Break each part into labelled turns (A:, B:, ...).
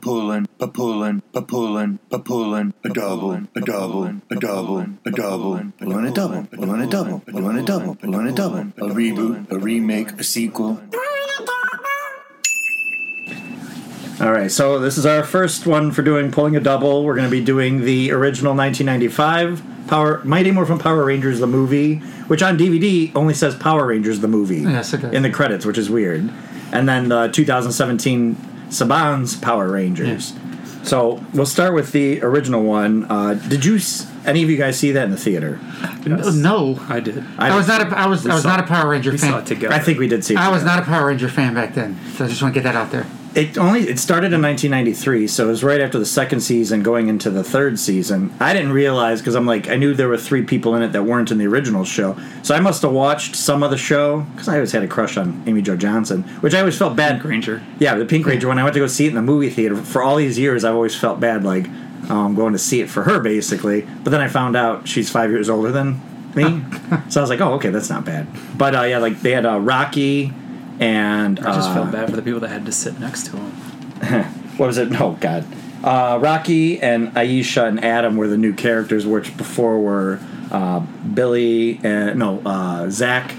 A: Papulin, Papulin, Papulin, Papulin, a double, a double, a double, a double, a run a double, a run a double, a run a double, a run a double, a reboot, a remake, a sequel.
B: All right, so this is our first one for doing pulling a double. We're going to be doing the original 1995 Power Mighty Morphin Power Rangers the movie, which on DVD only says Power Rangers the movie.
C: Yes, it does.
B: in the credits, which is weird. And then the 2017 Saban's Power Rangers. So we'll start with the original one. Uh, did you s- any of you guys see that in the theater?
C: No,
D: I did.
C: I, was not. A, I was. I was
D: saw
C: not a
D: it.
C: Power Ranger
D: We
C: fan.
D: saw it together.
B: I think we did see. it
C: I was
B: together.
C: not a Power Ranger fan back then, so I just want to get that out there.
B: It only it started in 1993, so it was right after the second season, going into the third season. I didn't realize because I'm like I knew there were three people in it that weren't in the original show, so I must have watched some of the show because I always had a crush on Amy Jo Johnson, which I always felt bad.
D: Granger.
B: Yeah, the Pink Ranger. When I went to go see it in the movie theater for all these years, I've always felt bad, like oh, I'm going to see it for her, basically. But then I found out she's five years older than me, so I was like, oh, okay, that's not bad. But uh, yeah, like they had uh, Rocky and
D: I just
B: uh,
D: felt bad for the people that had to sit next to him.
B: what was it? No, God. Uh, Rocky and Aisha and Adam were the new characters, which before were uh, Billy and no uh, Zach,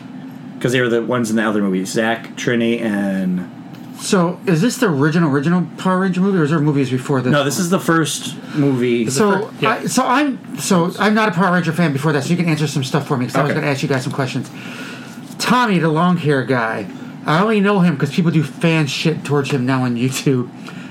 B: because they were the ones in the other movie. Zach, Trini, and
C: So, is this the original original Power Ranger movie, or is there movies before this?
B: no, this is the first movie.
C: So,
D: yeah.
C: I, so I'm so I'm not a Power Ranger fan before that. So you can answer some stuff for me because I was
B: Okay.
C: going to ask you guys some questions. Tommy, the long hair guy, I only know him because people do fan shit towards him now on YouTube,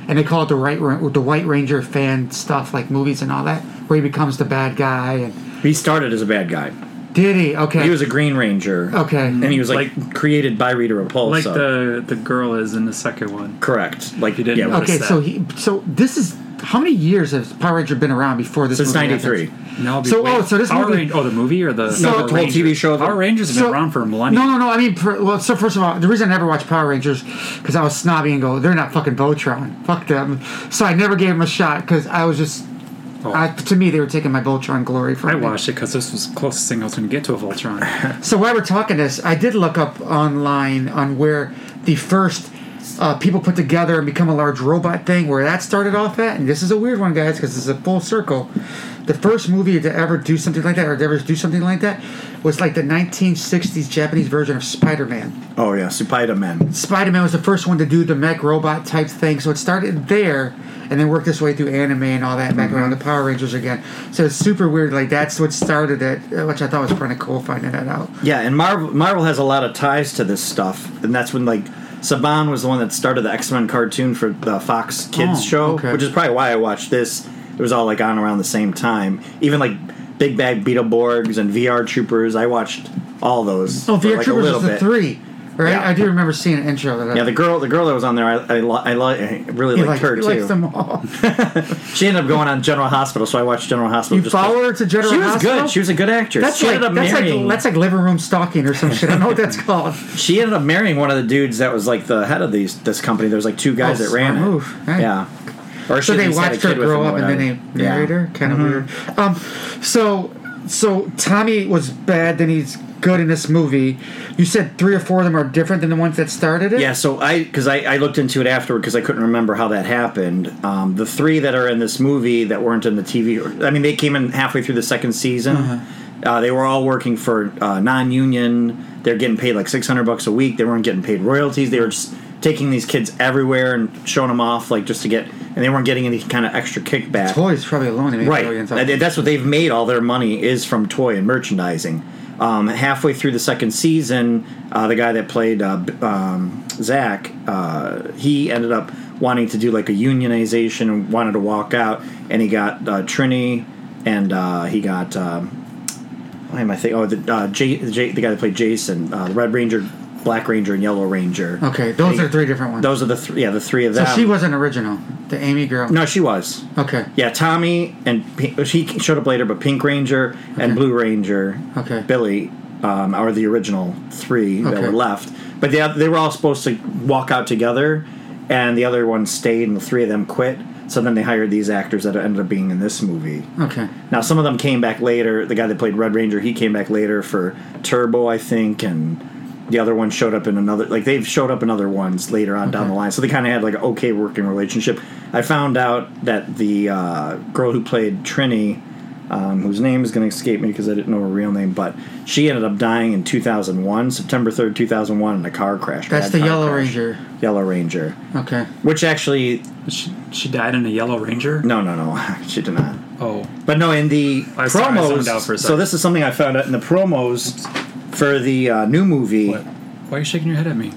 C: and they call it the right Ra- the White Ranger fan stuff like movies and all that, where he becomes the bad guy. And
B: he started as a bad guy.
C: did he? Okay,
B: He was a Green Ranger.
C: Okay.
B: and he was like, created by Rita Repulsa.
D: Like the the girl is in the second one.
B: correct. Like
D: you didn't
B: Yeah,
D: know.
C: okay.
D: that.
C: So he so this is how many years has Power Ranger been around before this?
B: Since
C: movie happens?
B: '93.
D: Now, I'll be-
C: So,
D: wait,
C: oh, so this
D: Power
C: movie-
D: Ran- oh, the movie or the
C: So-
D: Power
C: The whole
D: Rangers?
B: TV show that-
D: Power Rangers have been
C: So-
D: around for a millennia.
C: No, no, no. I mean, per, well, so first of all, the reason I never watched Power Rangers because I was snobby and go, they're not fucking Voltron. Fuck them. So I never gave them a shot because I was just, I, to me, they were taking my Voltron glory from
D: Oh. I
C: me.
D: watched it because this was the closest thing I was going to get to a Voltron.
C: So while we're talking this, I did look up online on where the first uh, people put together and become a large robot thing, where that started off at. And this is a weird one, guys, because it's a full circle. The first movie to ever do something like that, or to ever do something like that, was like the 1960s Japanese version of Spider-Man.
B: oh yeah, Supaida Man.
C: Spider Man was the first one to do the mech robot type thing, so it started there and then worked its way through anime and all that back around the Power Rangers again. So it's super weird. Like that's what started it, uh, which I thought was kind of cool finding that out.
B: Yeah, and Marvel Marvel has a lot of ties to this stuff, and that's when like Saban was the one that started the X Men cartoon for the Fox Kids
C: Oh,
B: show,
C: okay.
B: which is probably why I watched this. It was all like on around the same time. Even like Big Bag Beetleborgs and VR Troopers, I watched all those.
C: Oh,
B: for,
C: VR
B: like, a
C: Troopers
B: little
C: was the
B: bit.
C: three, right?
B: Yeah.
C: I do remember seeing an intro of that.
B: Yeah, the girl, the girl that was on there, I, I, li- I, li- I really
C: he
B: liked
C: likes,
B: her
C: he
B: too.
C: likes them all.
B: She ended up going on General Hospital, so I watched General Hospital.
C: You
B: just
C: follow
B: 'cause-
C: her to General
B: She was
C: Hospital?
B: good. She was a good actress.
C: That's
B: she
C: like
B: ended up
C: that's
B: marrying.
C: like that's like living room stalking or some shit. I don't know what that's called.
B: she ended up marrying one of the dudes that was like the head of these this company. There was like two guys
C: Oh,
B: that ran
C: smart
B: it.
C: move. Hey.
B: Yeah. Or
C: So
B: she at
C: they
B: least had a
C: watched her
B: kid with
C: grow
B: him or
C: up and then they
B: whatever.
C: married her. Kind
B: Mm-hmm.
C: of weird. Um, so so Tommy was bad, then he's good in this movie. You said three or four of them are different than the ones that started it.
B: Yeah, so I because I, I looked into it afterward because I couldn't remember how that happened. Um, the three that are in this movie that weren't in the TV, or- I mean, they came in halfway through the second season.
C: Uh-huh.
B: Uh, they were all working for uh, non-union. They're getting paid like six hundred bucks a week. They weren't getting paid royalties. They were just taking these kids everywhere and showing them off, like just to get, and they weren't getting any kind of extra kickback.
C: Toy's probably alone. They made
B: Right.
C: billions off
B: That-
C: it.
B: That's what they've made all their money is from toy and merchandising. Um, halfway through the second season, uh, the guy that played uh, B- um, Zach, uh, he ended up wanting to do like a unionization and wanted to walk out, and he got uh, Trini and uh, he got. Um, why am I thinking? Oh, the, uh, J, J, the guy that played Jason, uh, the Red Ranger, Black Ranger, and Yellow Ranger.
C: Okay, those are three different ones.
B: Those are the three. Yeah, the three of
C: so
B: them.
C: she wasn't original. The Amy girl.
B: um, No, she was.
C: Okay.
B: Yeah, Tommy and Pink, he showed up later, but Pink Ranger and Blue Ranger,
C: Okay.
B: Billy, um, are the original three that
C: Okay.
B: were left. But they they were all supposed to walk out together, and the other one stayed, and the three of them quit. So then they hired these actors that ended up being in this movie.
C: Okay.
B: Now some of them came back later. The guy that played Red Ranger, he came back later for Turbo, I think, and the other one showed up in another like they've showed up in other ones later on down the line so they kind of had like an okay working relationship i found out that the uh, girl who played trini um, whose name is going to escape me because i didn't know her real name but she ended up dying in 2001 september 3rd 2001 in a car crash
C: That's
B: bad
C: the
B: car
C: Yellow
B: crash.
C: Ranger.
B: yellow ranger
C: Okay.
B: which actually
D: She, she died in a Yellow Ranger.
B: no no no she did not
D: Oh,
B: but no, in the
D: I saw- I zoned
B: promos.
D: out for a
B: so
D: second.
B: this is something I found out in the promos for the uh, new movie.
D: what? Why are you shaking your head at me?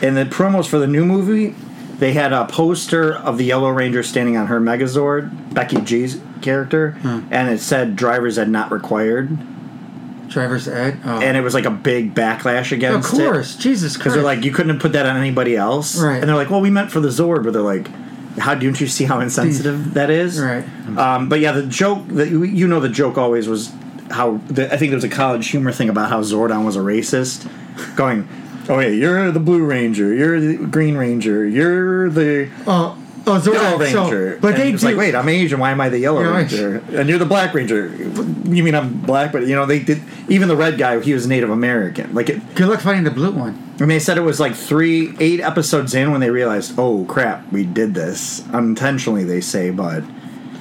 B: In the promos for the new movie, they had a poster of the Yellow Ranger standing on her Megazord, Becky G's character,
D: Hmm.
B: and it said "Drivers Ed not required,"
C: Driver's Ed. Oh.
B: and it was like a big backlash
C: of
B: against.
C: course. Jesus Christ.
B: because they're like, you couldn't have put that on anybody else,
C: Right.
B: And they're like, well, we meant for the Zord, but they're like. How don't you see how insensitive that is?
C: Hmm. Right.
B: Um, but yeah, the joke that you- you know the joke always was how the, I think there was a college humor thing about how Zordon was a racist, going, "Oh yeah, you're the Blue Ranger, you're the Green Ranger, you're the
C: oh, oh,
B: Yellow
C: Zordon. so-
B: Ranger."
C: but
B: And
C: they
B: it's
C: do.
B: like, wait, I'm Asian. Why am I the Yellow
C: You're right.
B: Ranger? And you're the Black Ranger. You mean I'm black? But you know they did. Even the red guy, he was Native American. Like it,
C: Good luck finding the blue one.
B: and they said it was like three, eight episodes in when they realized, oh crap, we did this unintentionally. They say, but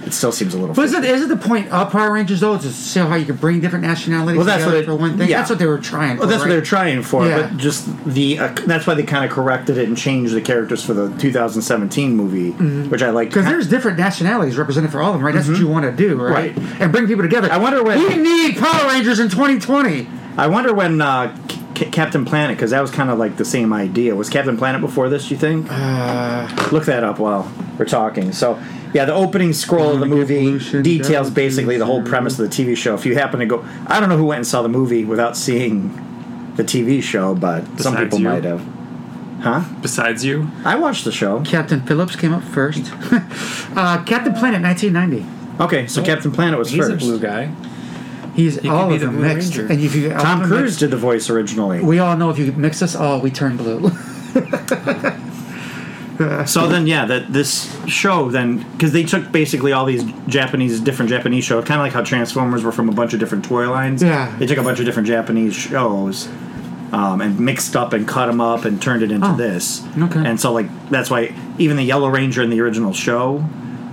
B: it still seems a little.
C: But isn't, isn't the point of Power Rangers though to show how you can bring different nationalities
B: Well, that's
C: together
B: what it-
C: for one thing?
B: yeah.
C: That's what they were trying.
B: Well,
C: for,
B: that's what
C: right?
B: they're trying for,
C: Yeah.
B: but just the uh, that's why they kind of corrected it and changed the characters for the 2017 movie, which I like.
C: Because there's different nationalities represented for all of them, right? That's what you want to do, right?
B: Mm-hmm. Right.
C: And bring people together.
B: I wonder when-
C: we need Power Rangers in 2020.
B: I wonder when uh, C- Captain Planet, because that was kind of like the same idea. Was Captain Planet before this? You think?
D: Uh,
B: Look that up while we're talking. So, yeah, the opening scroll of the movie
C: Evolution
B: details
C: down
B: basically the whole premise of the TV show. If you happen to go, I don't know who went and saw the movie without seeing the TV show, but some
D: Besides
B: people
D: you?
B: might have. Huh?
D: Besides you,
B: I watched the show.
C: Captain Phillips came up first. uh, Captain Planet 1990.
B: Okay, so Captain Planet was
D: Oh, he's
B: first.
D: a blue guy.
C: He's
D: could
C: all
D: be
C: of
D: the
C: them
D: Blue
C: mixed.
D: Ranger.
C: And if you
B: Tom
C: all
B: Cruise
C: mix-
B: did the voice originally.
C: we all know if you mix us all, we turn blue.
B: so then, yeah, that this show then because they took basically all these Japanese different Japanese shows, kind of like how Transformers were from a bunch of different toy lines.
C: Yeah.
B: they took a bunch of different Japanese shows. Um, and mixed up and cut them up and turned it into
C: Oh,
B: this.
C: okay.
B: And so, like, that's why even the Yellow Ranger in the original show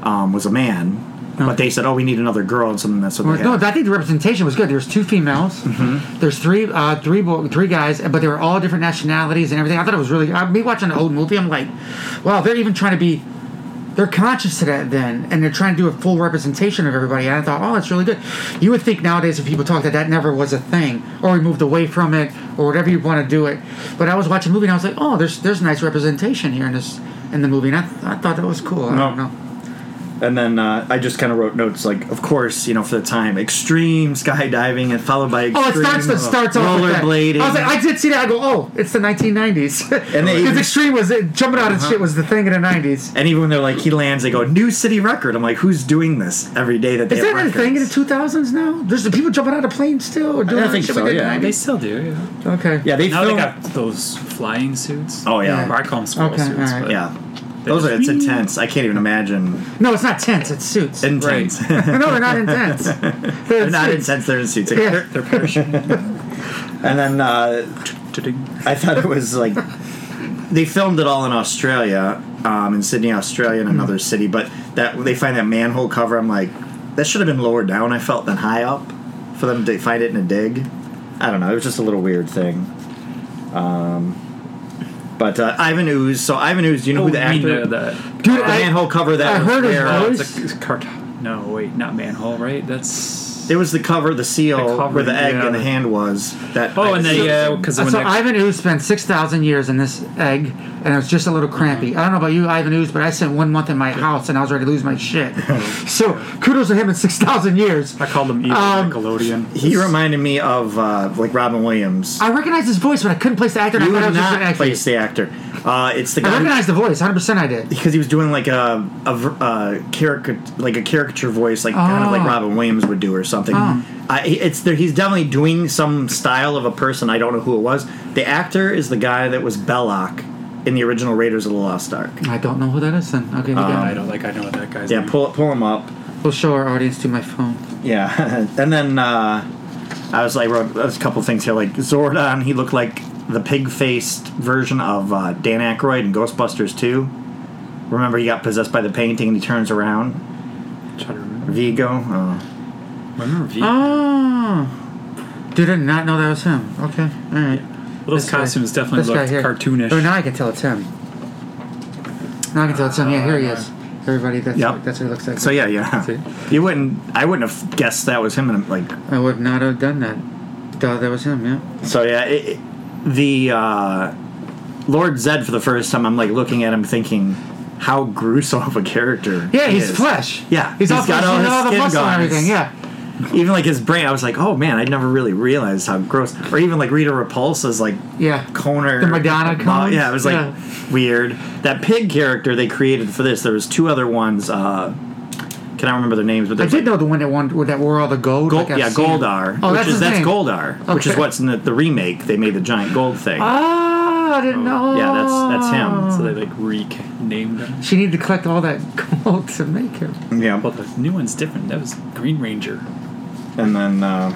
B: um, was a man, but they said, oh, we need another girl, and something that's what
C: Or-
B: they
C: no,
B: had.
C: I think the representation was good. There was two females. There's three, uh, three, bo- three guys, but they were all different nationalities and everything. I thought it was really. I, me watching the old movie, I'm like, wow, they're even trying to be. They're conscious to that then, and they're trying to do a full representation of everybody. And I thought, oh, it's really good. You would think nowadays, if people talk that that never was a thing, or we moved away from it, or whatever you want to do it. But I was watching a movie, and I was like, oh, there's there's nice representation here in this in the movie, and I, I thought that was cool. I don't
B: No.
C: know.
B: And then uh, I just kind of wrote notes like, of course, you know, for the time, extreme skydiving and followed by
C: Oh,
B: extreme
C: it starts. It starts off with that.
B: rollerblading.
C: I was like, I did see that. I go, oh, it's the 1990s.
B: And Uh-huh. they-
C: because extreme was it, jumping out and shit was the thing in the 90s.
B: and even when they're like, he lands, they go new city record. I'm like, who's doing this every day that they
C: Is
B: have
C: that a
B: records?
C: thing in the 2000s now? There's the people jumping out of planes still, or doing
B: I
C: that
B: think
C: shit
B: so,
C: we did
B: yeah.
C: in
D: They
C: the
D: still do. Yeah.
C: 90s? Okay.
B: yeah, they
D: Now they
B: film.
D: got those flying suits.
B: oh yeah,
D: Or I call them squirrel
C: Okay,
D: suits.
C: alright.
D: But
B: yeah. Those are it's intense. I can't even imagine
C: No, it's not tense. It's suits.
B: intense.
C: no, they're not intense. They're,
B: they're not
C: suits.
B: intense. They're in suits.
C: Yeah.
D: They're perishing.
B: And then uh, I thought it was like they filmed it all in Australia, um, in Sydney, Australia,
D: Hmm.
B: and another city. But that they find that manhole cover, I'm like, that should have been lower down. I felt than high up for them to find it in a dig. I don't know. It was just a little weird thing. Um, but uh, Ivan Ooze. So Ivan Ooze, do you know who the
D: I mean,
B: actor?
D: uh, the-
C: Dude,
B: the
C: I-
B: manhole cover that
C: I
B: was
C: heard his
B: there-
C: voice.
D: Oh, it's a cart. No, wait, not manhole, right? That's
B: It was the cover, the seal
D: The cover,
B: where the egg
D: yeah.
B: and the hand was. That
D: oh, and then yeah, because
C: So
D: when they,
C: Ivan Ooze spent six thousand years in this egg, and it was just a little crampy. I don't know about you, Ivan Ooze, but I spent one month in my house, and I was ready to lose my shit. so kudos to him in six thousand years.
D: I called them evil
C: Um,
D: Nickelodeon.
B: he reminded me of uh, like Robin Williams.
C: I recognized his voice, but I couldn't place the actor. and
B: You
C: I thought it
B: would
C: was just an
B: not
C: actor.
B: place the actor. Uh, it's the
C: I
B: guy
C: recognized the voice, hundred percent. I did.
B: because he was doing like a a, ver- uh caricature like a caricature voice, like kind of like
C: Oh.
B: Robin Williams would do or something.
C: Oh.
B: I, it's there. He's definitely doing some style of a person. I don't know who it was. The actor is the guy that was Belloc in the original Raiders of the Lost Ark.
C: I don't know who that is. Then okay, we got
D: I
B: Uh,
C: it.
D: don't like. I know what that guy's.
B: Yeah,
D: name.
B: pull pull him up.
C: we'll show our audience to my phone.
B: Yeah, and then uh, I was like, wrote a couple things here, like Zordon. He looked like the pig faced version of uh, Dan Aykroyd in Ghostbusters 2. Remember, he got possessed by the painting and he turns around.
D: I'm trying to remember.
B: Vigo. Uh,
D: Remember V?
C: Um, Oh. Did I not know that was him? Okay. All right.
D: Those
C: This guy-
D: costumes definitely
C: this guy
D: looked
C: here.
D: cartoonish.
C: Oh, now I can tell it's him. Now I can tell it's him. Yeah, here he is. Everybody, that's,
B: Yep.
C: that's what he looks like.
B: so Uh, yeah, yeah.
D: See?
B: You wouldn't. I wouldn't have guessed that was him. And like,
C: I would not have done that. Duh, that was him, yeah.
B: so yeah, it, it- the uh, Lord Zed for the first time. I'm like looking at him, thinking, how gruesome of a character.
C: Yeah,
B: he
C: he's
B: is.
C: flesh.
B: Yeah,
C: He's, all
B: he's got
C: flesh.
B: all
C: he's
B: his
C: all the
B: skin
C: muscle
B: gone.
C: and everything, yeah.
B: Even like his brain, I was like, oh man, I never really realized how gross. Or even like Rita Repulsa's like
C: Yeah.
B: Coner.
C: The Madonna
B: Mo-
C: cones?
B: Yeah, it was like
C: Yeah.
B: weird. That pig character they created for this. There was two other ones. Uh, can I remember their names? But
C: I
B: there's,
C: did
B: like,
C: know the one that won, that wore all the gold.
B: Gold,
C: like I've
B: yeah,
C: seen.
B: Goldar.
C: Oh,
B: which
C: that's
B: is
C: his
B: that's
C: name.
B: Goldar, which is
C: Okay.
B: what's in the, the remake. They made the giant gold thing.
C: Oh,
D: Ah,
C: I didn't know.
B: Yeah, that's that's him.
D: So they like renamed them.
C: She needed to collect all that gold to make him.
B: Yeah,
D: Well, the new one's different. That was Green Ranger.
B: and then uh,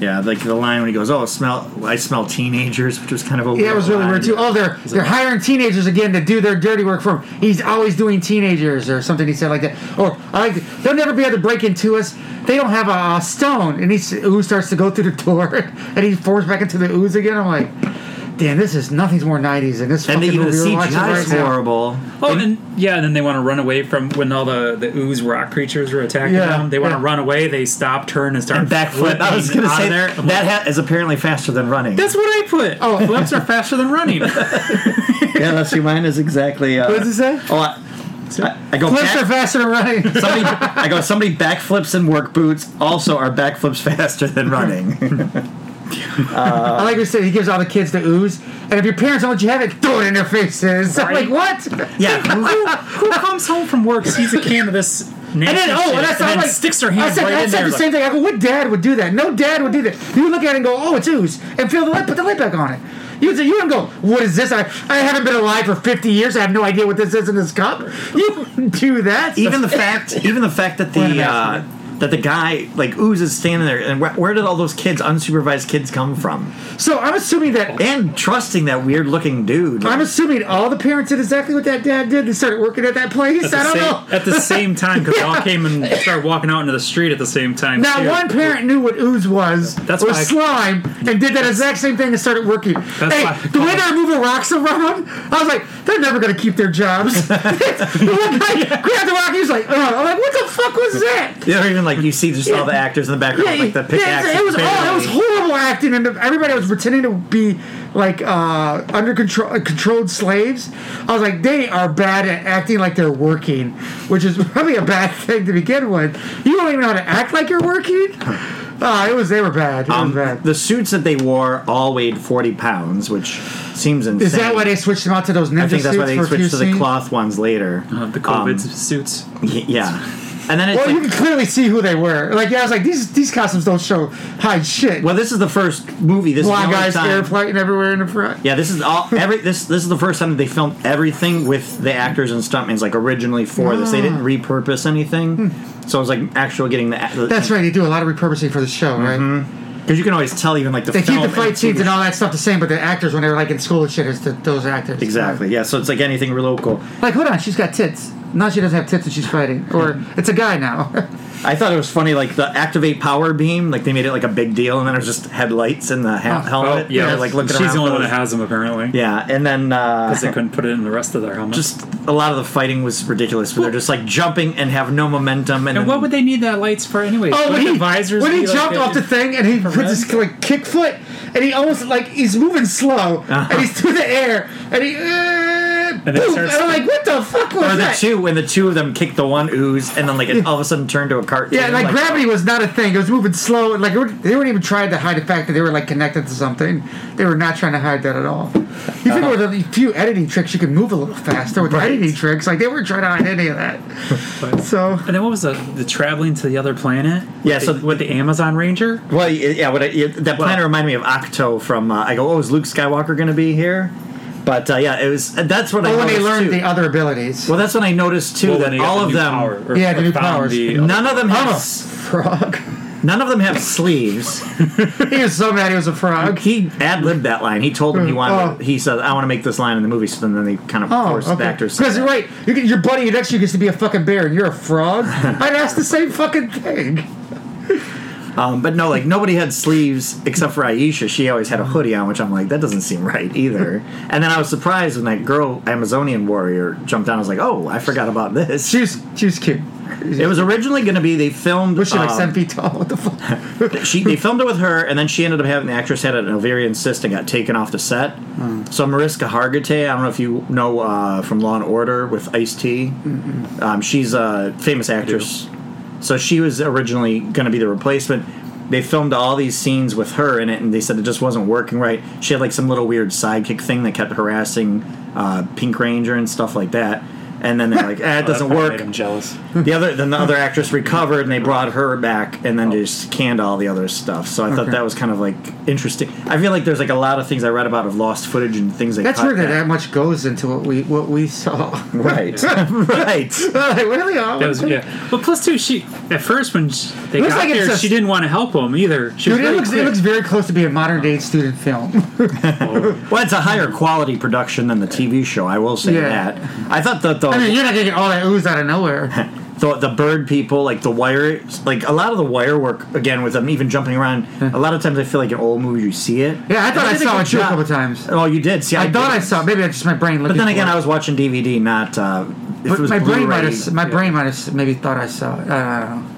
B: yeah, like the line when he goes, "Oh, smell, I smell teenagers," which was kind of a
C: Yeah, it was really
B: line.
C: weird too. Oh, they're they're hiring teenagers again to do their dirty work for him. He's always doing teenagers or something. He said like that. Or I like they'll never be able to break into us. They don't have a, uh stone. And he s- ooze starts to go through the door, and he forms back into the ooze again. I'm like, damn, this is nothing's more '90s than this.
B: And
C: fucking
B: even the
C: movie we're watching
B: CGI
C: right
B: is
C: now.
B: horrible.
D: Oh, and then, yeah, and then they want to run away from when all the, the ooze rock creatures were attacking
C: Yeah,
D: them. They want to
C: yeah.
D: run away. They stop, turn, and start
B: And backflip. I was
D: flipping
B: gonna
D: out of
B: say
D: there. I'm like,
B: that hat is apparently faster than running.
D: That's what I put.
C: Oh.
D: flips are faster than running.
B: yeah, that's your mind is exactly. Uh,
C: What does it say?
B: Oh, I, I, I go.
C: Flips are
B: Back,
C: faster than running.
B: somebody, I go. Somebody backflips in work boots. Also, are backflips faster than running?
C: I like we said, he gives all the kids the ooze, and if your parents don't let you have it, throw it in their faces. I'm like, what?
B: yeah. who-
D: Who comes home from work, sees a can of this, nasty
C: And then, oh,
D: shit,
C: and that's
D: and
C: all
D: then
C: like,
D: sticks her
C: I
D: hand
C: said,
D: right
C: I
D: in
C: said
D: there?
C: the
D: like,
C: same thing. I go, what dad would do that? No dad would do that. You would look at it and go, oh, it's ooze, and feel the lip, put the lip back on it. You would say, you wouldn't go, what is this? I, I haven't been alive for 50 years. I have no idea what this is in this cup. You wouldn't do that.
D: E-
B: even the fact even the fact that
C: What an
B: the uh,
C: accident.
B: that the guy like ooze is standing there and where, where did all those kids unsupervised kids come from
C: so I'm assuming that.
B: and trusting that weird looking dude
C: I'm assuming all the parents did exactly what that dad did. They started working at that place.
D: at the
C: I don't
D: same,
C: know.
D: At the same time, because they all came and started walking out into the street at the same time.
C: Now,
D: too.
C: one parent knew what ooze was,
D: That's why
C: or
D: I-
C: slime, and did that exact same thing and started working. hey,
D: why I
C: the way they're moving rocks around, I was like, they're never going to keep their jobs. the one guy grabbed the rock, he was like, Ugh. I'm like, what the fuck was that?
B: yeah, or even like you see just all the actors in the background like the
C: yeah,
B: pickaxe
C: it was oh, it was
B: barely-
C: horrible acting, and everybody was pretending to be like uh, under control, uh, controlled slaves. I was like, they are bad at acting like they're working, which is probably a bad thing to begin with. You don't even know how to act like you're working. Uh, it was they were bad. It
B: Um,
C: was bad.
B: the suits that they wore all weighed 40 pounds which seems insane
C: is that why they switched them out to those ninja
B: I think that's
C: suits
B: why they
C: for a few
B: switched to the
C: scenes?
B: cloth ones later
D: Uh, the COVID
B: Um,
D: suits.
B: y- yeah and then it's
C: Well,
B: like,
C: you can clearly see who they were. Like, yeah, I was like, these these costumes don't show hide shit.
B: well this is the first movie this is
C: Black
B: the only
C: guys,
B: time-
C: air flighting everywhere in the front.
B: Yeah, this is all every this this is the first time that they filmed everything with the actors and stuntmen like originally for this. They
C: Ah.
B: didn't repurpose anything. So it was like actual getting the, the
C: Hmm. That's right. They do a lot of repurposing for the show,
B: Mm-hmm.
C: right?
B: because you can always tell even like the
C: They keep
B: film
C: the
B: and
C: fight
B: TV
C: scenes and all that stuff the same, but the actors when they were like in school and shit is the, those actors.
B: Exactly. Yeah, so it's like anything real local.
C: Like, hold on, she's got tits. Now she doesn't have tits and she's fighting, or it's a guy now.
B: I thought it was funny like the activate power beam, like they made it like a big deal and then it was just headlights in the ha-
C: Oh,
B: helmet.
D: Oh, yeah.
B: They're, like looking
D: She's
B: around
D: the only
B: for
D: one that
B: those-
D: has them, apparently.
B: Yeah, and then uh
D: Because they couldn't put it in the rest of their helmet.
B: just a lot of the fighting was ridiculous, but they're just like jumping and have no momentum
D: and
B: and, then-
D: what would they need that lights for anyway?
C: oh, when
D: Wouldn't
C: he,
D: the visors
C: when he
D: be, like,
C: jumped
D: a-
C: off the thing and he
D: red?
C: puts his like kick foot, and he almost like he's moving slow and he's through the air and he. Uh,
D: Uh-huh. And
C: and,
D: then
C: boom, and
D: starts-
C: I'm like, what the fuck was
B: or the
C: that?
B: two when the two of them kick the one ooze and then like it all of a sudden turned to a cartoon.
C: Yeah, like, gravity was not a thing. It was moving slow. Like it would- they weren't even trying to hide the fact that they were like connected to something. They were not trying to hide that at all. You figure with a few editing tricks, you could move a little faster with editing tricks. Like they weren't trying to hide any of that. so
D: And then what was the, the traveling to the other planet?
B: Yeah,
D: With
B: so-
D: the, with the Amazon Ranger.
B: Well, y- yeah, what I, y- that planet
D: Well-
B: reminded me of Octo from. Uh, I go, oh, is Luke Skywalker going to be here? But uh, yeah, it was. That's what I.
C: oh, when they
B: noticed,
C: learned
B: too.
C: the other abilities,
B: well, that's when I noticed too
D: Well, when
B: that
D: they got
B: all
D: the
B: of
D: new
B: them,
D: power, or-
C: Yeah,
D: or
C: the new
D: found
C: powers.
D: the-
B: none of them have. s-
C: frog.
B: None of them have sleeves.
C: He was so mad he was a frog.
B: He ad libbed that line. He told them he wanted.
C: Oh.
B: He said, "I want to make this line in the movie." So then, then they kind of
C: Oh,
B: forced the
C: okay.
B: actors. to
C: Because
B: say
C: you're
B: that.
C: right. You get, your buddy next to you gets to be a fucking bear, and you're a frog. I'd ask the same fucking thing.
B: Um, but no, like nobody had sleeves except for Aisha. She always had a hoodie on, which I'm like, that doesn't seem right either. and then I was surprised when that girl, Amazonian warrior, jumped down. I was like, oh, I forgot about this.
C: She was, she was cute.
B: It was originally going to be they filmed.
C: Was she like
B: um,
C: seven feet tall? What the fuck?
B: she they filmed it with her, and then she ended up having the actress had an ovarian cyst and got taken off the set. So Mariska Hargitay, I don't know if you know uh, from Law and Order with Ice T. Um, she's a famous actress. So she was originally going to be the replacement. They filmed all these scenes with her in it, and they said it just wasn't working right. She had like some little weird sidekick thing that kept harassing uh, Pink Ranger and stuff like that. And then they're like, eh, it doesn't work.
E: I'm jealous.
B: The other then the other actress recovered and they brought her back and then just canned all the other stuff. So I thought that was kind of like interesting. I feel like there's like a lot of things I read about of lost footage and things they
C: That's
B: cut
C: weird that that
B: back.
C: much goes into what we what we saw.
B: right right
C: like, really? Oh,
D: That was, yeah. Well, plus two, she at first when she, they
C: Looks
D: got
C: like it's
D: there,
C: a-
D: she didn't want to help them either. She was
C: Dude, it
D: really
C: looks, it
D: quick.
C: looks very close to be a modern day student film.
B: Well, it's a higher quality production than the TV show. I will say
C: Yeah.
B: that. I thought that the
C: I mean, you're not gonna get all that ooze out of nowhere.
B: the, the bird people, like the wire, like a lot of the wire work again with them even jumping around. A lot of times I feel like in old movies you see it.
C: Yeah, I thought
B: And
C: I
B: did
C: saw
B: good
C: it too a
B: job.
C: couple times.
B: Oh, you did see?
C: I thought I
B: didn't.
C: saw. Maybe that's just my brain.
B: But
C: Looking
B: then again,
C: for it.
B: I was watching DVD, not. Uh, if it
C: But
B: was
C: my brain
B: Blu-ray.
C: might have. My brain might have maybe thought I saw it. I don't know.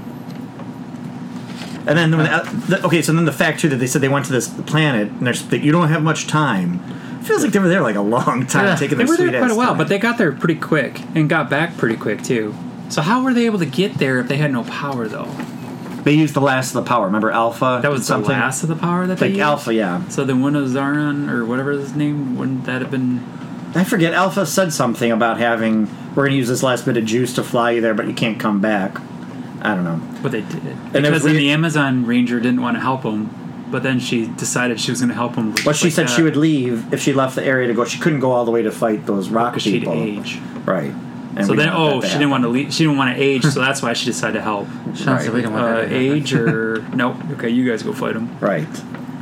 B: And then when the, the, okay, so then the fact too that they said they went to this planet and there's that you don't have much time. Feels like they were there like a long time
C: Yeah.
B: taking
D: They
B: their
D: were there
B: sweet
D: quite
B: ass
D: a while,
B: time.
D: but they got there pretty quick and got back pretty quick too. So how were they able to get there if they had no power though?
B: they used the last of the power. Remember Alpha?
D: That was
B: something
D: the last of the power that they
B: like
D: used?
B: Alpha, yeah.
D: So then when was Zaran or whatever his name, wouldn't that have been
B: I forget. Alpha said something about having we're going to use this last bit of juice to fly you there, but you can't come back. I don't know.
D: what they did?
B: it was
D: because then
B: weird-
D: the Amazon Ranger didn't want to help him, but then she decided she was going to help him.
B: Well, she said she would leave if she left the area to go. She couldn't go all the way to fight those rock
D: because she'd
B: people,
D: age.
B: right? And
D: So
B: we
D: then,
B: don't want
D: oh,
B: that to
D: she didn't
B: happen.
D: want to leave. She didn't want to age, so that's why she decided to help.
C: Sounds like we don't want
D: Uh,
C: that to happen.
D: age or nope? Okay, you guys go fight him.
B: right.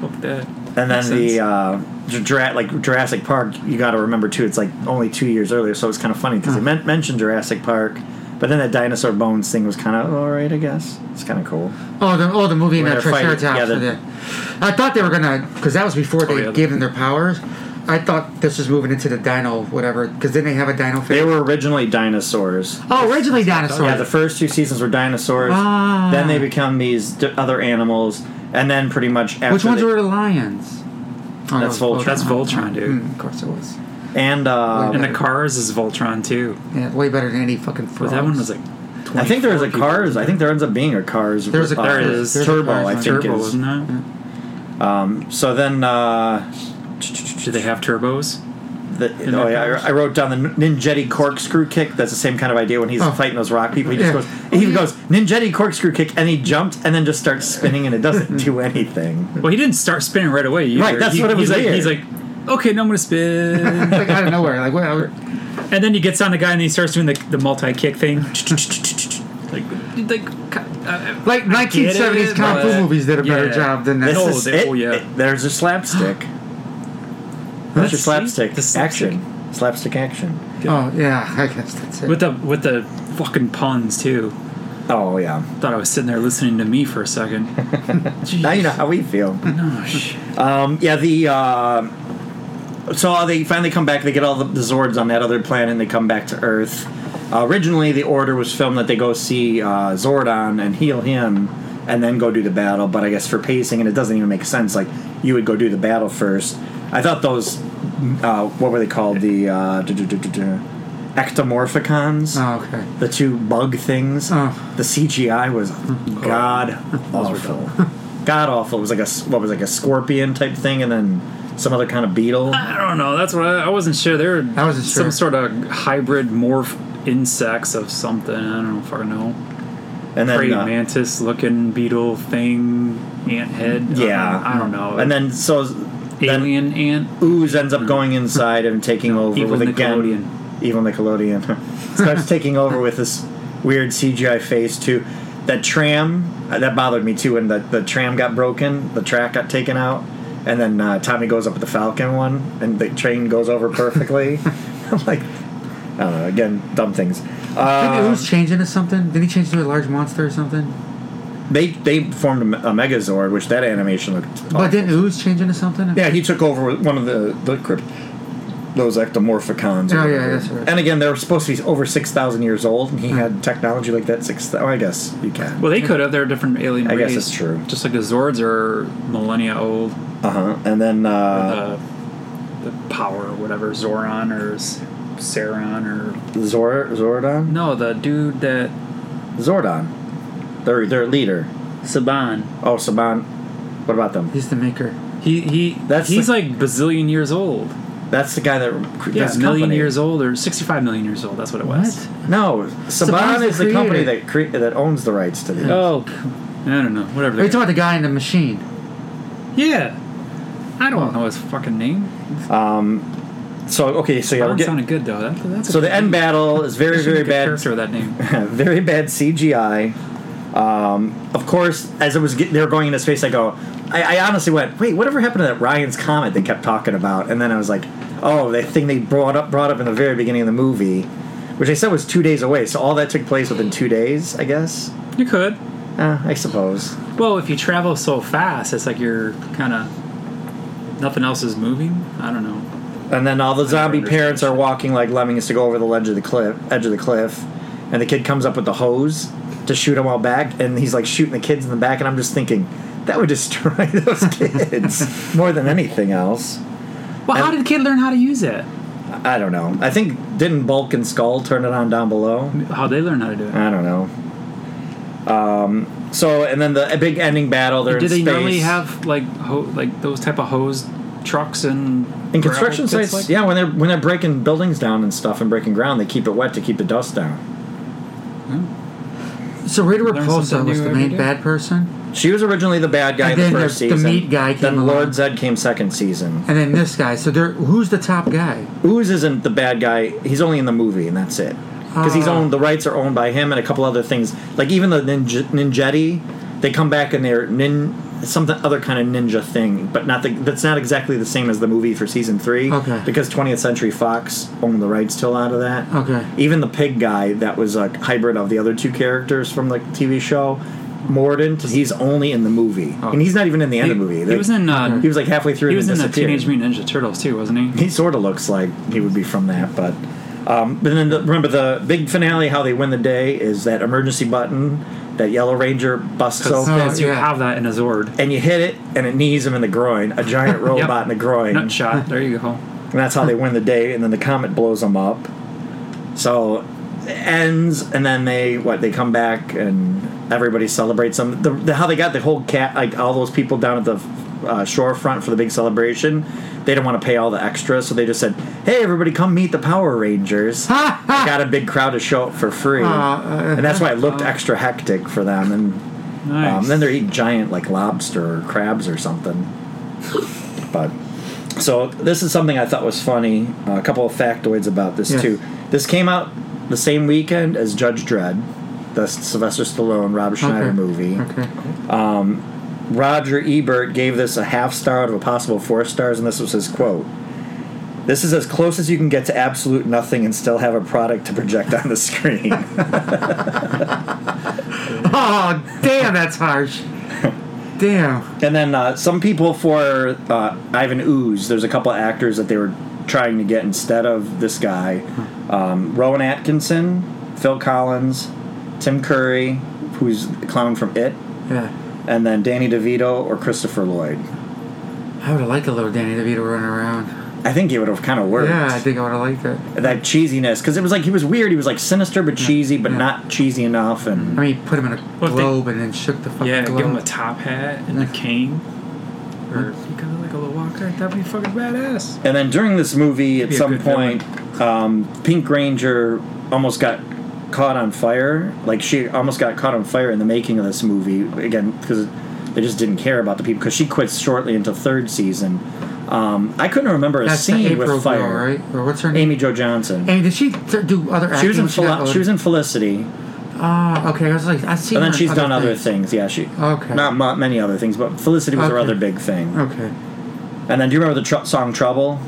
D: Hope that.
B: And
D: makes
B: then the
D: sense.
B: uh, Jura- like Jurassic Park, you got to remember too. It's like only two years earlier, so it's kind of funny because
C: Hmm.
B: they men- mentioned Jurassic Park, but then that dinosaur bones thing was kind of all right. I guess it's kind of cool.
C: Oh, the oh the movie and
B: Where
C: the
B: they're fighting
C: Triceratops. with
B: together. Oh,
C: it. I thought they were gonna because that was before they
D: yeah.
C: gave them their powers. I thought this was moving into the Dino whatever because then they have a Dino.
B: They
C: Phase.
B: were originally dinosaurs.
C: oh originally dinosaurs.
B: Yeah, the first two seasons were dinosaurs.
C: Ah.
B: Then they become these d- other animals, and then pretty much after
C: Which ones
B: they-
C: were the lions? Oh, that
B: That's
C: was
B: Voltron.
D: That's Voltron, dude.
C: Mm, of course it was.
B: and uh,
D: And the Cars is Voltron too.
C: Yeah, way better than any fucking.
D: But
C: Frogs.
D: that one was like.
B: I think there was
D: 24
B: a
D: people.
B: Cars. I think there ends up being a Cars.
C: There's a
B: uh,
D: There is.
C: There's a
B: Turbo.
C: Cars
B: I
C: one.
B: think
D: turbo,
B: is.
D: wasn't that?
B: So then. Uh,
D: Do they have turbos?
B: The,
D: In
B: oh
D: their
B: yeah,
D: covers?
B: I, I wrote down the ninjetti corkscrew kick. That's the same kind of idea when he's
C: Oh.
B: fighting those rock people. He just
C: Yeah.
B: goes, he goes ninjetti corkscrew kick, and he jumped and then just starts spinning, and it doesn't do anything.
D: Well, he didn't start spinning right away. Either.
B: Right, that's
D: He-
B: what it was
D: He's like,
B: weird.
D: he's like, okay, now I'm gonna spin,
C: like out of nowhere. Like what?
D: and then he gets on the guy and he starts doing the, the multi kick thing. like, like, uh,
C: Like
D: get it,
C: 1970s kung fu
D: but-
C: movies did a better
D: yeah.
C: job than that.
B: This
D: No,
B: is
D: they-
B: it.
D: oh, yeah.
B: It- There's a slapstick. That's your
D: see?
B: slapstick
D: The slapstick.
B: action. Slapstick action.
C: Oh yeah, I guess that's it.
D: with the with the fucking puns too.
B: Oh yeah.
D: Thought I was sitting there listening to me for a second.
B: Now you know how we feel.
D: Oh, shit.
B: Um, yeah, the uh, so they finally come back. They get all the, the Zords on that other planet, and they come back to Earth. Uh, originally, the order was filmed that they go see uh, Zordon and heal him, and then go do the battle. But I guess for pacing, and it doesn't even make sense. Like you would go do the battle first. I thought those uh, what were they called? The uh, duh, duh, duh, duh, duh, ectomorphicons.
C: oh okay.
B: The two bug things.
C: Oh.
B: The CGI was god awful. god awful. It was like a s- what was it, like a scorpion type thing, and then some other kind of beetle.
D: I don't know. That's what I, I wasn't sure. They were
C: I wasn't sure.
D: some sort of hybrid morph insects of something. I don't fucking know.
B: And then
D: Praying
B: uh,
D: mantis looking beetle thing, ant head.
B: yeah,
D: I don't know.
B: And then so s- then
D: alien ant.
B: ooze ends up going inside and taking over
D: evil
B: with
D: Nickelodeon.
B: again evil Nickelodeon starts taking over with this weird CGI face too. That tram Uh, that bothered me too. When the, the tram got broken, the track got taken out, and then uh, Tommy goes up with the Falcon one, and the train goes over perfectly. I'm like, I don't know. Again, dumb things.
C: Didn't
B: Um,
C: Ooze change into something? Did he change into a large monster or something?
B: they they formed a, me- a Megazord, which that animation looked.
C: But didn't Ooze change into something?
B: Yeah, he took over with one of the the crypt, those ectomorphicons. or
C: Oh, yeah,
B: whatever.
C: that's right.
B: And again, they're supposed to be over six thousand years old, and he had technology like that. Six. Oh, I guess you can.
D: Well, they could have. They're a different alien
B: I
D: race.
B: guess that's true.
D: Just like the Zords are millennia old.
B: Uh huh. And then uh,
D: Uh, the power or whatever, Zoron or S- Saron or
B: Zor Zordon.
D: no, the dude that
B: Zordon, their their leader.
D: Saban.
B: Oh, Saban. What about them?
C: He's the maker.
D: He he.
B: That's
D: he's
B: the-
D: like bazillion years old.
B: That's the guy that.
D: Yeah,
B: that's
D: a million
B: company.
D: years old or sixty-five million years old. That's what it was.
B: No, Saban
C: Saban's
B: is the,
C: the
B: company
C: creator.
B: that cre- that owns the rights to the.
D: Oh, I don't know. Whatever.
C: Are
D: they-
C: you talking about the guy in the machine?
D: yeah. I don't know his fucking name.
B: So okay, so yeah, we're
D: Saban
B: getting.
D: sounded good though. That, that's a
B: So the end battle is very
D: They should
B: very
D: make a
B: bad.
D: character with that name.
B: very bad CGI. Um, of course, as it was get, they were going into space, I go, I, I honestly went, wait, whatever happened to that Ryan's comet they kept talking about? And then I was like, oh, that thing they brought up brought up in the very beginning of the movie, which I said was two days away. So all that took place within two days, I guess.
D: You could.
B: Eh, I suppose.
D: Well, if you travel so fast, it's like you're kind of nothing else is moving. I don't know.
B: And then all the zombie
D: understand.
B: parents are walking like lemmings to go over the ledge of the cliff, edge of the cliff, and the kid comes up with the hose to shoot them all back, and he's like shooting the kids in the back, and I'm just thinking that would destroy those kids more than anything else.
D: Well, how
B: And-
D: did the kid learn how to use it?
B: I don't know. I think didn't Bulk and Skull turn it on down below?
D: How they learn how to do it?
B: I don't know. Um, so and then the big ending battle. They're
D: Did
B: in
D: they
B: space.
D: normally have like ho- like those type of hose trucks and
B: in construction
D: gravel pits
B: sites?
D: Like?
B: yeah, when they're when they're breaking buildings down and stuff and breaking ground, they keep it wet to keep the dust down.
C: So Rita
D: Learn
C: Repulsa
D: something
C: was
D: new
C: the
D: every
C: main
D: day.
C: bad person,
B: She was originally the bad guy
C: And
B: in the
C: then
B: first
C: the- the
B: season.
C: meat guy came
B: Then
C: along.
B: Lord Zed came second season.
C: and then this guy. So they're, who's the top guy?
B: Ooze isn't the bad guy. He's only in the movie, and that's it. Because he's
C: Ah.
B: owned. The rights are owned by him, and a couple other things. Like even the ninja, Ninjetti, they come back and they're nin something other kind of ninja thing, but not the, that's not exactly the same as the movie for season three.
C: Okay.
B: Because 20th Century Fox owned the rights to a lot of that.
C: Okay.
B: Even the pig guy that was a hybrid of the other two characters from the TV show, Mordant. He's only in the movie, and he's not even in the end of the movie.
D: Oh. He,
B: They-
D: was in uh,
B: he was like halfway through.
D: he
B: and
D: was
B: then
D: in the
B: disappeared.
D: Teenage Mutant Ninja Turtles too, wasn't he?
B: He sort of looks like he would be from that, but. Um, but then the, remember the big finale, how they win the day is that emergency button that Yellow Ranger busts
D: Because
B: open,
C: Oh,
D: you
C: yeah.
D: have that in a Zord.
B: and you hit it, and it knees him in the groin, a giant robot in the groin,
D: Nut shot. There you go.
B: and that's how they win the day. And then the comet blows them up, so it ends, and then they what they come back, and everybody celebrates them. The, the, how they got the whole cat, like all those people down at the uh, shorefront for the big celebration. They didn't want to pay all the extra, so they just said, "Hey, everybody, come meet the Power Rangers." I got a big crowd to show up for free, and that's why it looked extra hectic for them. And
D: Nice.
B: um, then they're eating giant like lobster or crabs or something. but so this is something I thought was funny. Uh, a couple of factoids about this
C: Yes.
B: too. This came out the same weekend as Judge Dredd, the Sylvester Stallone Rob Schneider
C: Okay.
B: movie. Um,
C: Okay.
B: Roger Ebert gave this a half star out of a possible four stars, and this was his quote. This is as close as you can get to absolute nothing and still have a product to project on the screen.
C: Oh damn, that's harsh. Damn.
B: And then uh, some people for uh, Ivan Ooze, there's a couple of actors that they were trying to get instead of this guy um, Rowan Atkinson, Phil Collins, Tim Curry, who's the clown from It,
C: Yeah.
B: and then Danny DeVito or Christopher Lloyd.
C: I would have liked a little Danny DeVito running around.
B: I think it would have kind of worked.
C: Yeah, I think I would have liked it.
B: That cheesiness, because it was like he was weird. He was like sinister but cheesy, but not cheesy enough. And
C: I mean, put him in a
D: Well, if they-
C: globe and then shook the fucking
D: Yeah,
C: globe.
D: give him a top hat and a cane. Or if you got like a little walker, that'd be fucking badass.
B: and then during this movie, at
D: Be a
B: some
D: good villain.
B: point, um, Pink Ranger almost got caught on fire. Like she almost got caught on fire in the making of this movie again because they just didn't care about the people because she quits shortly into third season. Um, I couldn't remember a
C: That's the
B: scene
C: April
B: with
C: girl,
B: fire.
C: right? Or what's her name?
B: Amy Jo Johnson.
C: Amy, did she t- do other acting?
B: she was in
C: when got
B: Fel-
C: older?
B: she was in Felicity.
C: Ah, okay. I was like, I see.
B: And
C: her
B: then
C: in
B: she's done other
C: things.
B: things. Yeah, she.
C: Okay.
B: Not mu- many other things, but Felicity was her
C: Okay.
B: other big thing.
C: Okay.
B: And then do you remember the tr- song "Trouble"?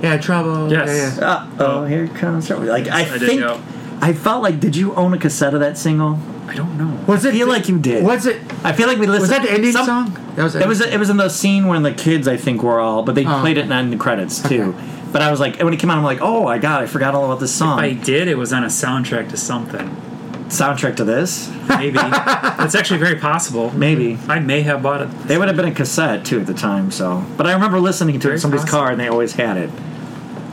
C: Yeah, trouble.
D: Yes.
C: Yeah, yeah.
B: Uh oh, here comes trouble. Like I,
D: I did,
B: think
D: yeah.
B: I felt like, did you own a cassette of that single?
D: I don't know.
C: Was it?
B: I feel like you did.
C: Was it?
B: I feel like we listened.
C: Was that the ending
B: some-
C: song? That was.
B: It was. It was in the scene when the kids, I think, were all, but they
C: Oh.
B: played it in the credits too. But I was like, when it came out, I'm like, oh my god, I forgot all about this song.
D: I did. It was on a soundtrack to something.
B: Soundtrack to this,
D: Maybe that's actually very possible.
B: maybe.
D: I may have bought it.
B: They would have been a cassette too at the time, so. But I remember listening to it in
D: Very
B: somebody's
D: possible.
B: car, and they always had it.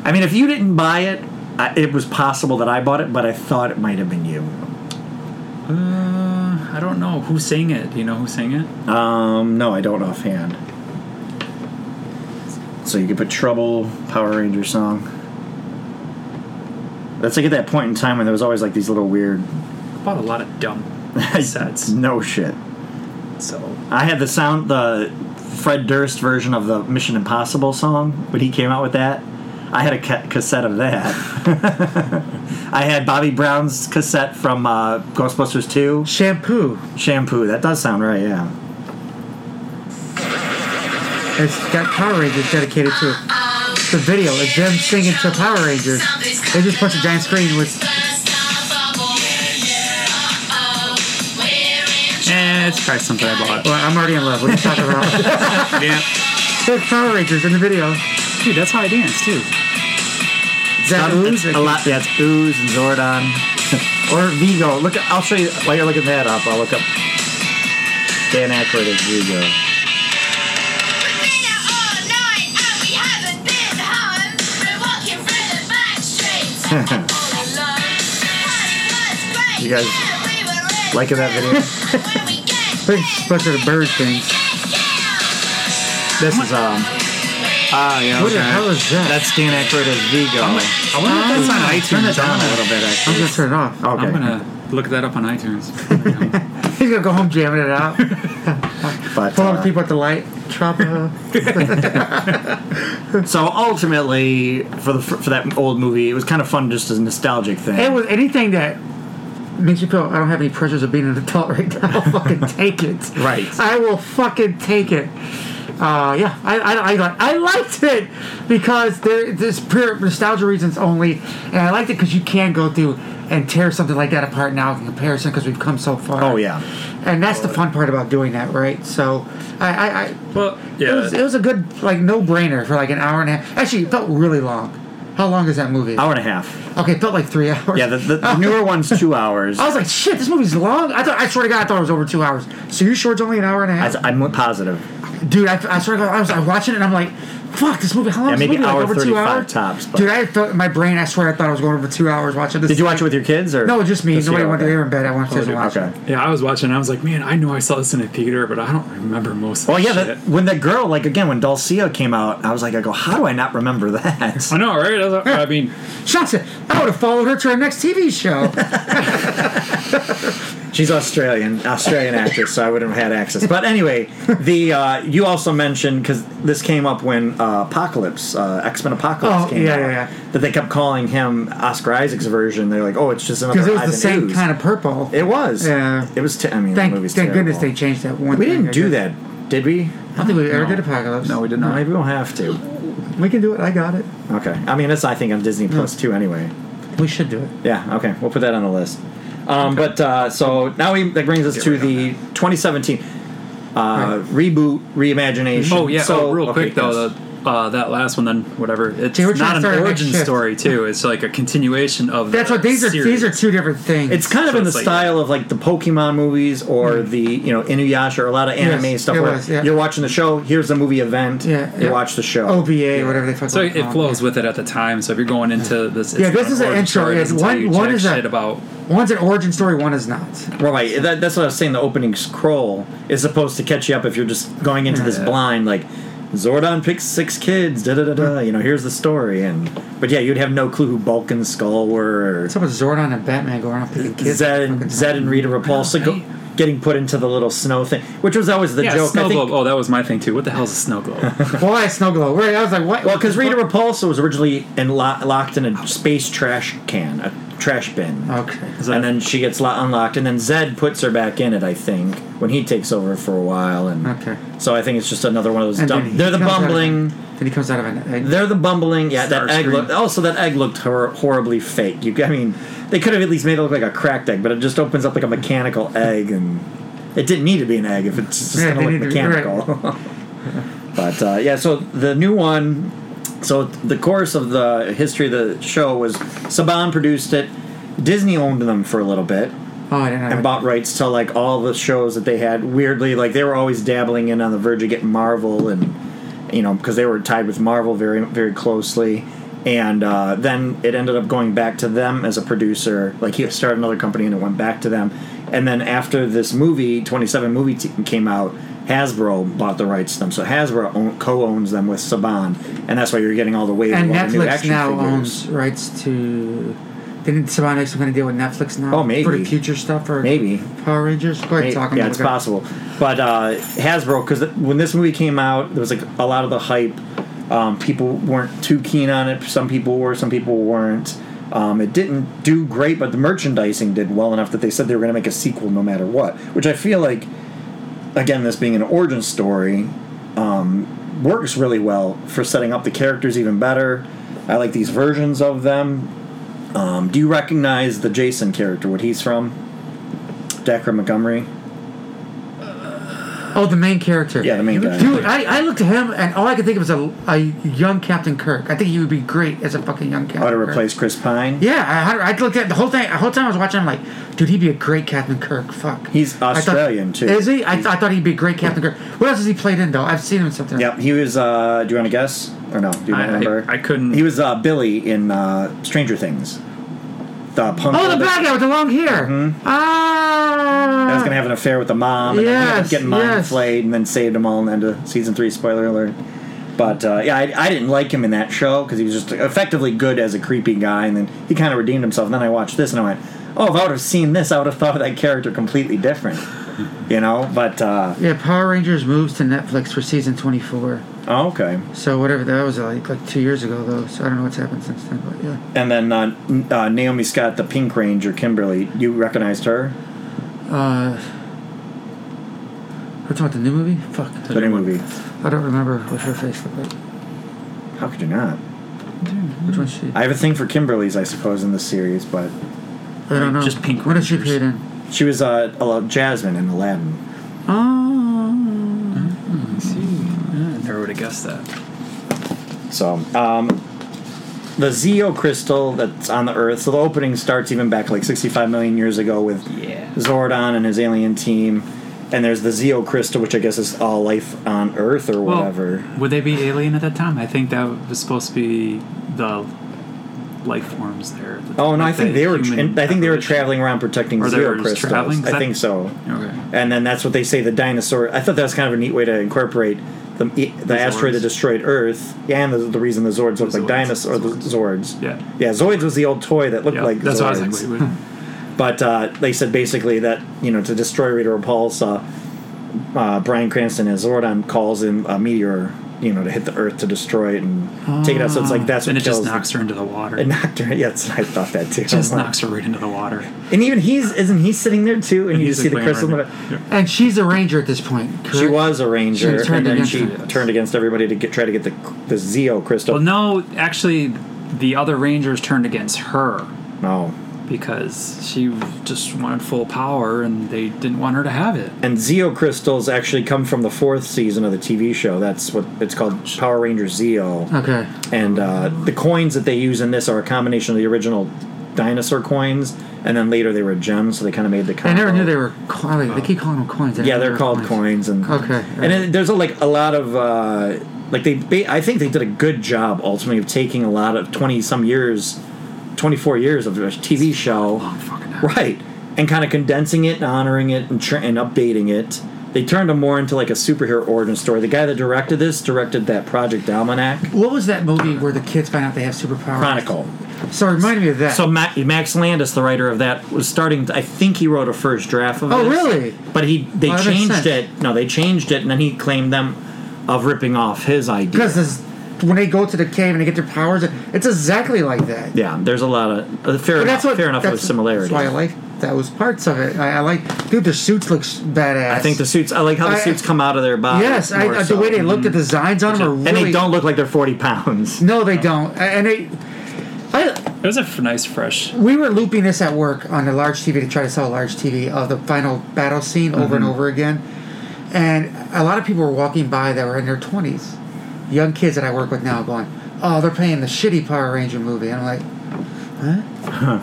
B: I mean, if you didn't buy it, I, it was possible that I bought it, but I thought it might have been you.
D: Uh, I don't know who sang it. Do you know who sang it?
B: Um, no, I don't offhand. So you could put Trouble, Power Ranger song. That's like at that point in time when there was always like these little weird
D: I bought a lot of dumb sets.
B: No shit.
D: So
B: I had the sound, the Fred Durst version of the Mission Impossible song when he came out with that. I had a ca- cassette of that. I had Bobby Brown's cassette from uh, Ghostbusters 2.
C: shampoo.
B: Shampoo. That does sound right, yeah.
C: It's got Power Rangers dedicated to it. The video is them singing to Power Rangers. They just put a giant screen with.
D: eh, it's probably something I bought.
C: Well, I'm already in love. What are you talking about?
D: yeah,
C: There's Power Rangers in the video.
D: dude, that's how I dance too.
C: Is that
B: It's
C: ooze?
B: a lot. Yeah, it's ooze and Zordon or Vigo. Look, at- I'll show you while you're looking that up. I'll look up Dan Aykroyd as Vigo.
E: you guys
B: Liking that video?
C: Big bunch of bird things.
B: This is um. Ah, yeah.
C: What the hell is that?
B: That's Dan Aykroyd as Vigo.
C: Oh,
D: I wonder if that's on
B: Ah,
D: iTunes.
B: Turn it down
D: I'm
B: a
D: gonna-
B: little bit,
C: I'm
B: actually.
C: gonna turn it off.
B: Okay.
D: I'm gonna look that up on iTunes.
C: He's gonna go home jamming it out.
B: but,
C: Pull up
B: uh,
C: people at the light. Trouble.
B: so ultimately, for the for that old movie, it was kind of fun, just as a nostalgic thing.
C: It was anything that makes you feel I don't have any pressures of being an adult right now. I'll fucking take it.
B: Right.
C: I will fucking take it. Uh, yeah, I, I, I, li- I liked it because there, there's pure nostalgia reasons only, and I liked it because you can go through and tear something like that apart now in comparison because we've come so far.
B: Oh, yeah.
C: and that's the fun part about doing that, right? So, I, I, I
D: well,
C: it was it
D: yeah,
C: was a good like no brainer for like an hour and a half. Actually, it felt really long. How long is that movie?
B: hour and a half.
C: Okay, it felt like three hours.
B: Oh. Yeah, the, the, the newer one's two hours.
C: I was like, shit, this movie's long. I thought I swear to God, I thought it was over two hours. So you sure it's only an hour and a half,
B: I, I'm positive.
C: dude? I, I swear to God, I was like watching it and I'm like, fuck, this movie. How long?
B: Yeah,
C: is
B: maybe
C: this movie?
B: hour
C: like, over two
B: 35
C: hours
B: tops, but-
C: Dude, I felt in my brain. I swear I thought I was going over two hours watching this.
B: Did you watch it with your kids or
C: No, just me. Nobody
B: you?
C: went
B: Okay.
C: there in bed. I wanted to
B: Okay.
C: watch it.
D: yeah. I was watching. I was like, man, I know I saw this in a theater, but I don't remember most. of
B: Well, Oh, yeah,
D: the
B: that,
D: shit.
B: when that girl, like again, when Dulcia came out, I was like, I go, how do I not remember that?
D: I know, right? I, was like, I mean,
C: Shucks it. I would have followed her to her next TV show.
B: She's Australian, Australian actress, so I wouldn't have had access. But anyway, the uh, you also mentioned because this came up when uh, Apocalypse, uh, X Men Apocalypse
C: Oh,
B: came
C: yeah,
B: out,
C: yeah, yeah.
B: that they kept calling him Oscar Isaac's version. They're like, oh, it's just another
C: Because it was the
B: Ivan
C: same
B: Ooze.
C: kind of purple.
B: It was.
C: Yeah.
B: It was. Te- I mean,
C: thank
B: the movie's
C: thank goodness they
B: terrible.
C: changed that one.
B: We
C: thing, I
B: didn't do
C: guess.
B: that, did we?
C: I don't think we ever
D: No.
C: did Apocalypse.
D: no, we did not.
B: Maybe we'll have to.
C: We can do it. I got it.
B: Okay. I mean, it's I think on Disney Plus too. Anyway.
C: We should do it.
B: Yeah. Okay. We'll put that on the list. Um, But uh, so now we that brings us to
D: right on
B: the 2017 uh, reboot reimagination.
D: Oh yeah.
B: So
D: oh, real
B: okay,
D: quick though,
B: yes.
D: the, uh, that last one, then whatever. It's
C: See, we're trying
D: not
C: to
D: an
C: start our next
D: origin
C: shift.
D: story too. It's like a continuation of.
C: That's
D: the
C: what these are.
D: series.
C: These are two different things.
B: It's kind of
D: So
B: in the
D: it's like- Hmm.
B: style of like the Pokemon movies or the you know Inuyasha or a lot of anime
C: Yes,
B: stuff.
C: it
B: Where
C: was, yeah.
B: you're watching the show, here's the movie event,
C: Yeah,
B: you
C: yeah.
B: watch
D: Oh,
B: the show.
C: OVA, whatever they fucking.
D: So
C: call
D: it flows with it at the time. So if you're going into this, it's
C: Uh-huh. Yeah, this
D: not
C: is an
D: origin
C: intro,
D: story, it
C: yeah,
D: doesn't tell
C: one-
D: you
C: one
D: jack
C: is a-
D: shit about.
C: One's an origin story, one is not.
B: Well, right. That, that's what I was saying. The opening scroll is supposed to catch you up if you're just going into this
D: Yeah.
B: blind, like Zordon picks six kids. Da da da da. You know, here's the story. And but yeah, you'd have no clue who Bulk and Skull were. Or
C: What's up with Zordon and Batman going around picking kids?
B: Zed and
C: Fucking-
B: Zed and Rita Repulsa go,
D: right?
B: getting put into the little snow thing, which was always the
D: Yeah,
B: joke.
D: snow
B: I think.
D: globe. Oh, that was my thing too. What the hell's a snow globe?
C: Well, I snow globe. Right, I was like, what?
B: Well, because Rita Repulsa was originally in lo- locked in a space trash can, a trash bin.
C: Okay.
D: Is that-
B: and then she gets lo- unlocked, and then Zed puts her back in it. I think when he takes over for a while, and
C: Okay.
B: so I think it's just another one of those.
C: And
B: Dumb-
C: then he
B: they're the
C: comes out of
B: bumbling.
C: an- Then he comes out of an egg.
B: They're the bumbling. Yeah, that egg
D: Starscream.
B: looked. Also, that egg looked hor- horribly fake. You, I mean, they could have at least made it look like a cracked egg, but it just opens up like a mechanical egg, and it didn't need to be an egg if it's just going
C: Yeah,
B: to
C: they
B: look
C: need to- right.
B: mechanical. but uh, yeah, so the new one. So the course of the history of the show was Saban produced it. Disney owned them for a little bit
C: oh, I didn't know.
B: and bought rights to like all the shows that they had. Weirdly, like they were always dabbling in on the verge of getting Marvel, and you know because they were tied with Marvel very very closely. And uh, then it ended up going back to them as a producer. Like he started another company and it went back to them. And then after this movie, 27 movie t- came out, Hasbro bought the rights to them. So Hasbro own, co-owns them with Saban, and that's why you're getting all the wave
C: and
B: of all the new
C: Netflix
B: action
C: now
B: figures.
C: owns rights to. Didn't Saban make some kind of deal with Netflix now?
B: Oh, maybe.
C: For the future stuff or
B: Maybe.
C: Power Rangers? Go ahead,
B: Hey,
C: talk
B: yeah,
C: about
B: it's
C: it.
B: possible. But uh, Hasbro, because when this movie came out, there was like a lot of the hype. Um, people weren't too keen on it. Some people were, some people weren't. Um, it didn't do great, but the merchandising did well enough that they said they were going to make a sequel no matter what. Which I feel like, again, this being an origin story, um, works really well for setting up the characters even better. I like these versions of them. Um, do you recognize the Jason character? What he's from? Decker Montgomery.
C: Oh, the main character.
B: Yeah, the main guy.
C: Dude, I, I looked at him and all I could think of was a, a young Captain Kirk. I think he would be great as a fucking young Captain
B: How to
C: Kirk.
B: replace Chris Pine?
C: Yeah, I, had- I looked at the whole thing. The whole time I was watching, I'm like, dude, he'd be a great Captain Kirk. Fuck.
B: He's
C: I thought-
B: Australian, too.
C: Is he? I, th- I thought he'd be a great Captain Kirk. What else has he played in though? I've seen him in something.
B: Yep. He was. uh Do you want to guess or no? Do you
D: I- I-
B: remember?
D: I couldn't-
B: He was uh Billy in uh Stranger Things. The punk.
C: Oh, the
B: that-
C: bad guy with the long hair. Ah.
B: that was Mm-hmm. gonna have an affair with the mom. And then he ended up
C: Yes,
B: getting mind
C: yes.
B: flayed and then saved him all in the end of season three. Spoiler alert. But uh, yeah, I, I didn't like him in that show because he was just effectively good as a creepy guy, and then he kind of redeemed himself. And then I watched this and I went, "Oh, if I would have seen this, I would have thought of that character completely different." You know, but uh,
C: Yeah, Power Rangers moves to Netflix for season 24.
B: oh, okay.
C: So whatever that was like, like two years ago though. So I don't know what's happened since then, but yeah.
B: And then uh, N- uh, Naomi Scott, the Pink Ranger, Kimberly. You recognized her?
C: Uh, we're talking about the new movie. Fuck,
B: The new movie.
C: I don't remember what her face looked like.
B: How could you not?
C: Which one's she? I,
B: I have a thing for Kimberly's, I suppose, in this series, but
C: don't know.
D: Just Pink
C: What did she
D: Rangers.
C: appear in?
B: she was uh, Al- Jasmine in Aladdin.
C: Oh.
D: Never would have guessed that.
B: So, um, the Zeo crystal that's on the Earth. So the opening starts even back like 65 million years ago with
D: Yeah.
B: Zordon and his alien team. And there's the Zeo crystal, which I guess is all life on Earth or whatever.
D: Would they be alien at that time? I think that was supposed to be the life forms there. at the-
B: Oh no, I
D: like
B: think
D: the
B: they were.
D: human
B: I think they were
D: evolution.
B: traveling around protecting
D: Or they
B: zero
D: were just
B: crystals.
D: traveling? 'Cause
B: I
D: that-
B: think so.
D: Okay.
B: And then that's what they say the dinosaur. I thought that was kind of a neat way to incorporate the e, the asteroid that
D: Zords.
B: destroyed Earth. Yeah, and the, the reason the Zords looked
D: The
B: like
D: Zords.
B: dinosaur the Zords.
D: Yeah.
B: yeah, Zoids was the old toy that looked
D: Yeah,
B: like
D: that's
B: Zords.
D: what I was like. Wait, wait.
B: But uh, they said basically that you know to destroy Rita Repulse, uh, uh, Brian Cranston as Zordon calls in a meteor, you know, to hit the Earth to destroy it and take it out. So it's like that's
D: Ah.
B: what
D: and it just
B: kills them.
D: knocks her into the water.
B: It knocked her. Yes, I thought that too.
D: just
B: I'm like-
D: knocks her right into the water.
B: and even he's isn't he sitting there too? And, you
D: He's
B: just see the
D: like laying
B: crystal.
D: around
B: in
D: there. Yeah.
C: And she's a ranger at this point. Correct?
B: the- She was a ranger,
C: She turned
B: and then
C: against
B: she
D: him.
B: turned against everybody to get try to get the the Zeo crystal.
D: Well, no, actually, the other Rangers turned against her
B: No.
D: because she just wanted full power and they didn't want her to have it.
B: And Zeo crystals actually come from the fourth season of the TV show. That's what it's called, Power Rangers Zeo.
C: Okay.
B: And uh, the coins that they use in this are a combination of the original dinosaur coins, and then later they were gems, so they kind of made the.
C: I never
B: combo.
C: knew they were. Co- I like, they keep calling them coins. I
B: Yeah,
C: never
B: they're
C: knew
B: called coins, and
C: Okay.
B: And then there's a, like a lot of uh, like they, ba I think they did a good job ultimately of taking a lot of twenty some years, twenty four years of a TV show,
D: fucking time.
B: right, and kind of condensing it and honoring it and tr and updating it. They turned them more into like a superhero origin story. The guy that directed this directed that Project Almanac
C: What was that movie where the kids find out they have superpowers?
B: Chronicle.
C: So it reminded me of that.
B: So Ma- Max Landis, the writer of that, was starting. I think he wrote a first draft of it.
C: Oh, really?
B: But he they
C: Oh, that makes
B: changed
C: sense.
B: it. No, they changed it, and then he claimed them of ripping off his idea.
C: because this when they go to the cave and they get their powers, it's exactly like that.
B: Yeah, there's a lot of uh, fair.
C: But
B: Enough,
C: that's what
B: fair enough
C: that's,
B: with similarity.
C: That's why I like that was parts of it. I, I like, dude, the suits looks badass.
B: I think the suits. I like how the
C: I-
B: suits come out of their body.
C: yes, I,
B: more
C: the
B: so.
C: way they look, the designs on them are
B: Mm-hmm. and
C: really
B: they don't look like they're forty pounds.
C: No, they don't, A- and they. I,
D: It was a f- nice fresh.
C: we were looping this at work on a large TV to try to sell a large TV of the final battle scene over and over again. And a lot of people were walking by that were in their 20s, young kids that I work with now, going, Oh, they're playing the shitty Power Ranger movie. And I'm like, Huh?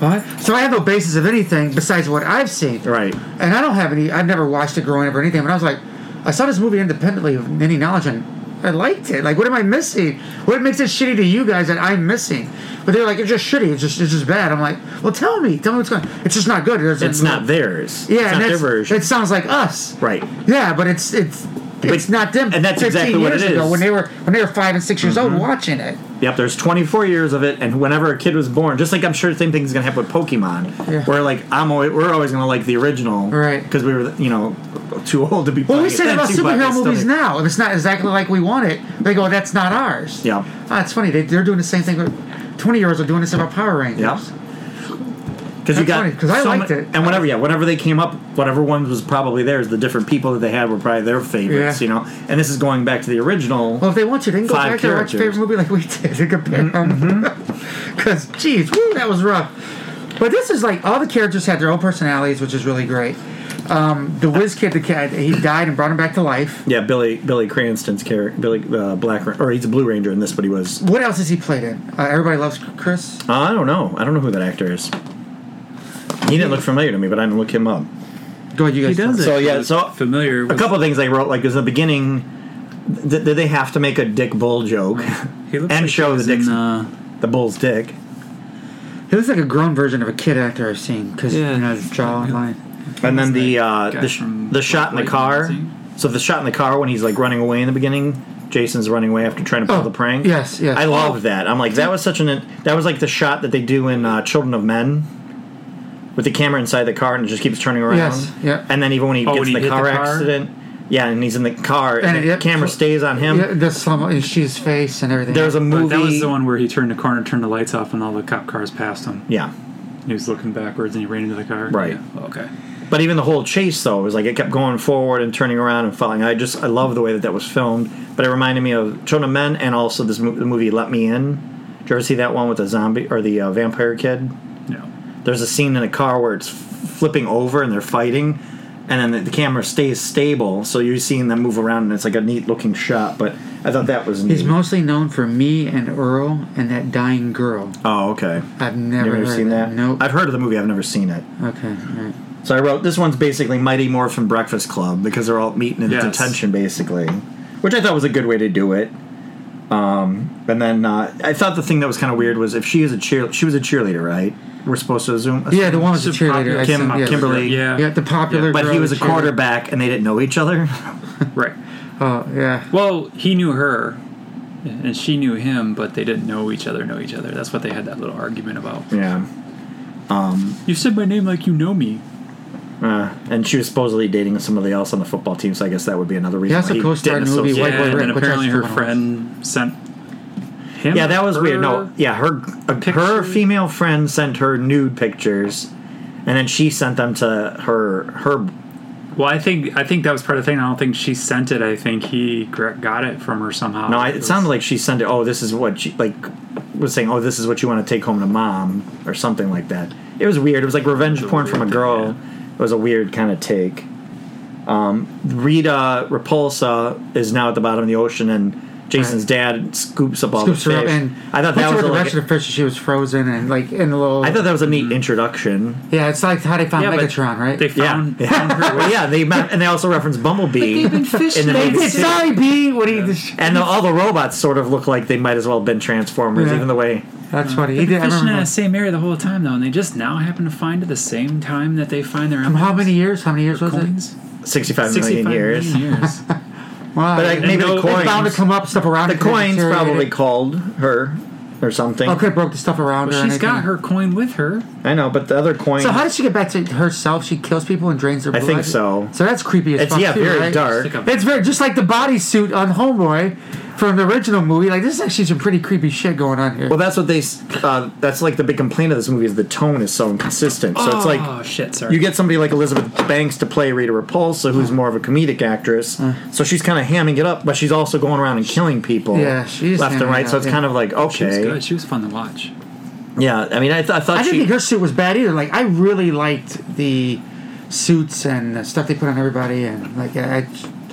C: What? So I have no basis of anything besides what I've seen.
B: Right.
C: And I don't have any, I've never watched it growing up or anything, but I was like, I saw this movie independently of any knowledge and I liked it. Like, what am I missing? What makes it shitty to you guys that I'm missing? But they're like, it's just shitty. It's just, it's just bad. I'm like, well, tell me. Tell me what's going on. It's just not good. It doesn't-
B: It's not theirs.
C: Yeah,
B: it's
C: and
B: not their
C: that's,
B: version.
C: it sounds like us.
B: Right.
C: Yeah, but it's, it's, it's not them.
B: and that's
C: 15
B: exactly what
C: years
B: it
C: Ago
B: is. Mm-hmm.
C: when they were when they were five and six years old watching it.
B: Yep, there's 24 years of it, and whenever a kid was born, just like I'm sure the same thing's gonna happen with Pokemon,
C: Yeah.
B: where like I'm always, we're always gonna like the original,
C: Right.
B: Because we were you know too old to be.
C: Well,
B: playing
C: we
B: it
C: say that
B: then,
C: about
B: too, but
C: superhero
B: it's still-
C: movies now. If it's not exactly like we want it, they go, "That's not ours."
B: Yeah.
C: Ah, it's funny. They, they're doing the same thing. with- Twenty year olds are doing this about Power Rangers.
B: Yeah. Because you
C: That's
B: got
C: funny, 'cause I
B: so
C: liked
B: ma-
C: it.
B: and whenever yeah, whenever they came up, whatever one was probably theirs. The different people that they had were probably their favorites,
C: Yeah.
B: you know. And this is going back to the original.
C: Well, if they want to, they can go
B: Five
C: back to watch
B: characters. Mm-hmm.
C: your favorite movie like we did and compare them. Because, geez, woo, that was rough. But this is like all the characters had their own personalities, which is really great. Um, the Wiz kid, the cat, he died and brought him back to life.
B: yeah, Billy Billy Cranston's character, Billy the Black, Ra- or he's a Blue Ranger in this, but he was.
C: What else has he played in? Uh, Everybody loves Chris.
B: I don't know. I don't know who that actor is. He didn't look familiar to me, but I didn't look him up.
C: Go ahead, you guys.
B: does it. So, yeah, so-
D: familiar.
B: A
D: with-
B: couple things they wrote, like, because in the beginning, th- th- they have to make a Dick Bull joke
D: He
B: and
D: looks like he
B: show the
D: was in,
B: dick's,
D: uh,
B: the bull's dick.
C: He looks like a grown version of a kid actor I've seen because
D: Yeah.
C: you know his jaw and line.
B: And then the
D: that
B: uh,
D: guy
B: the, sh-
D: from
B: the shot in the
D: Lightning
B: car.
D: magazine?
B: So the shot in the car when he's like running away in the beginning, Jason's running away after trying to pull
C: Oh,
B: the prank.
C: yes, yes.
B: I love that. I'm like that was such an that was like the shot that they do in uh, Children of Men. With the camera inside the car and it just keeps turning around.
C: Yes, yeah.
B: And then even when he
D: Oh,
B: gets
D: when
B: in
D: he
B: the,
D: hit
B: car
D: the car?
B: accident, yeah, and he's in the car and,
C: And
B: the
C: it-
B: camera stays on him.
C: Yeah, the slum and she's face and everything.
B: There's a
D: but
B: movie.
D: That was the one where he turned the corner, turned the lights off, and all the cop cars passed him.
B: Yeah,
D: He was looking backwards, and he ran into the car.
B: Right.
D: Yeah. Okay.
B: but even the whole chase though was like it kept going forward and turning around and falling. I just I love the way that that was filmed, but it reminded me of Children of Men and also this mo- the movie Let Me In. Did you ever see that one with the zombie or the uh, vampire kid?
D: No.
B: There's a scene in a car where it's flipping over and they're fighting, and then the, the camera stays stable, so you're seeing them move around and it's like a neat looking shot. But I thought that was neat.
C: He's mostly known for me and Earl and that dying girl.
B: oh, okay.
C: I've never,
B: You've never
C: heard
B: seen
C: of
B: that?
C: Nope.
B: I've heard of the movie. I've never seen it.
C: okay. All right.
B: So I wrote this one's basically Mighty Morphin Breakfast Club because they're all meeting in
D: Yes.
B: detention basically, which I thought was a good way to do it. Um, and then uh, I thought the thing that was kind of weird was if she is a cheer, she was a cheerleader, right? We're supposed to assume,
C: Yeah, the one was a
D: Super
C: cheerleader.
D: popular-
C: I
B: Kim-
C: assume, yes.
B: Kimberly.
D: Yeah.
C: Yeah, the popular.
B: but he
C: girl
B: was a
C: cheerleader.
B: quarterback and they didn't know each other.
D: Right.
C: Oh yeah.
D: Well, he knew her, and she knew him, but they didn't know each other. Know each other. That's what they had that little argument about.
B: yeah,
D: You said my name like you know me.
B: uh, and she was supposedly dating somebody else on the football team, so I guess that would be another reason.
C: also
B: why he
C: co-starred
B: didn't
C: in the movie
B: associate-
D: Yeah,
C: White Boy
D: and then
C: Rick, which
D: apparently
C: I
D: her
C: still
D: friend sent him.
B: Yeah, that was weird. No,
D: her-
B: yeah, her uh, her
D: Picture?
B: female friend sent her nude pictures, and then she sent them to her her
D: Well, I think I think that was part of the thing. I don't think she sent it. I think he gr- got it from her somehow.
B: No, I, it sounded like she sent it. Oh, this is what she like was saying. Oh, this is what you want to take home to mom or something like that. It was weird. It was like revenge
D: was a
B: porn from a
D: weird
B: girl.
D: thing,
B: It was a weird kind of take. Um, Rita Repulsa is now at the bottom of the ocean, and Jason's dad scoops up all
C: Scoops
B: the
C: her
B: fish.
C: up and
B: I thought
C: what's
B: that was
C: with
B: a,
C: the
B: like,
C: rest of Mm-hmm. the fish. She was frozen and like in a little.
B: I thought that was a neat introduction.
C: yeah, it's like how they found
D: Yeah, but
C: Megatron, right?
D: They found,
B: yeah,
D: found her.
B: Well, yeah. They met, and they also referenced Bumblebee. in the
C: They
B: movie
C: did.
B: too.
C: Sorry, B. What he? just-
B: And the, all the robots sort of look like they might as well have been Transformers,
C: Yeah.
B: even the way
C: That's funny. He did. I
D: fishing in
C: remember.
D: the same area the whole time though, and they just now happen to find at the same time that they find their
C: How many years? How many years was it?
D: coins.
B: 65
D: Sixty-five
B: million
D: million
B: years.
D: years.
C: Wow.
B: But I, maybe
D: no-
B: the
D: it's
B: coins.
C: it's bound to come up stuff around.
B: the
C: it 'cause it
B: coins probably
C: deteriorated.
B: called her or something.
C: Oh, could have broke the stuff around her.
D: Well,
C: and
D: she's got
C: everything.
D: her coin with her.
B: I know, but the other coin.
C: So how does she get back to herself? She kills people and drains their
B: I
C: blood.
B: think so.
C: So that's creepy as
B: It's
C: fuck.
B: yeah,
C: too,
B: very
C: right?
B: dark.
D: Stick up-
C: It's very just like the bodysuit on Homeboy from the original movie. Like, this is actually some pretty creepy shit going on here.
B: Well, that's what they. s- Uh, that's like the big complaint of this movie is the tone is so inconsistent. So it's like
D: oh shit, sorry.
B: you get somebody like Elizabeth Banks to play Rita Repulsa, who's more of a comedic actress. So she's kind of hamming it up, but she's also going around and killing people.
C: Yeah, she's
B: left and
C: hamming
B: right.
C: it
B: So
C: up,
B: it's
C: yeah.
B: kind of like
D: she was
B: okay,
D: good. She was fun to watch.
B: yeah. I mean, I, th- I thought
C: I didn't
B: she.
C: think her suit was bad either. Like, I really liked the suits and the stuff they put on everybody, and like, I, I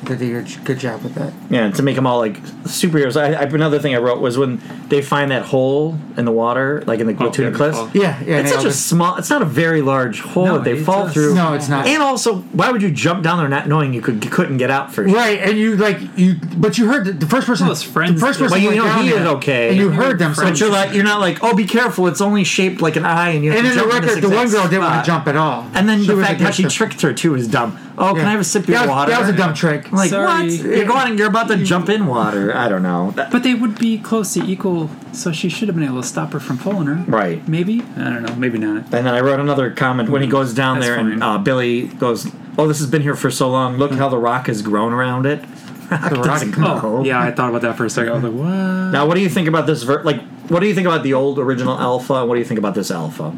C: they did a good job with that.
B: Yeah, to make them all like superheroes. I, I another thing I wrote was when they find that hole in the water, like in Oh, the Latuna
D: yeah,
B: cliffs.
D: the fall.
C: Yeah, yeah.
B: It's
C: they all
B: such a
C: just-
B: small. It's not a very large hole
D: No,
B: that they
D: it's
B: fall
D: a-
B: through.
C: No, it's not.
B: And also, why would you jump down there not knowing you could you couldn't get out first?
C: Right, and you like you, but you heard the, the first person.
D: Well, it's friends.
C: The first
D: Well,
C: person.
B: you
C: went
B: know
C: down
B: he
C: there,
B: did okay.
C: And you
B: You
C: heard them. So
B: But you're like you're not like oh be careful it's only shaped like an eye and you have
C: and
B: to
C: in the
B: jump in
C: record,
B: this
C: the one
B: exact
C: girl didn't want
B: spot.
C: to jump at all.
B: And then
C: She
B: the
C: was
B: fact how
C: against
B: she
C: it.
B: tricked her too is dumb. Oh, can
C: Yeah.
B: I have a sip of your
C: That was-
B: water?
C: That was a dumb trick.
B: I'm like
D: Sorry.
B: what? You're going. You're about to jump in water. I don't know. That-
D: But they would be close to equal, so she should have been able to stop her from following her.
B: Right.
D: Maybe? I don't know. Maybe not.
B: And then I wrote another comment when he goes down
D: Mm-hmm. That's
B: there and
D: fine. Mm-hmm.
B: uh, Billy goes, "Oh, this has been here for so long. Look how the rock has grown around it."
C: The rock.
B: Doesn't grow.
D: Oh, Yeah, I thought about that for a second. I was like, what?
B: Now, what do you think about this? Ver- like, what do you think about the old original Alpha? And what do you think about this Alpha?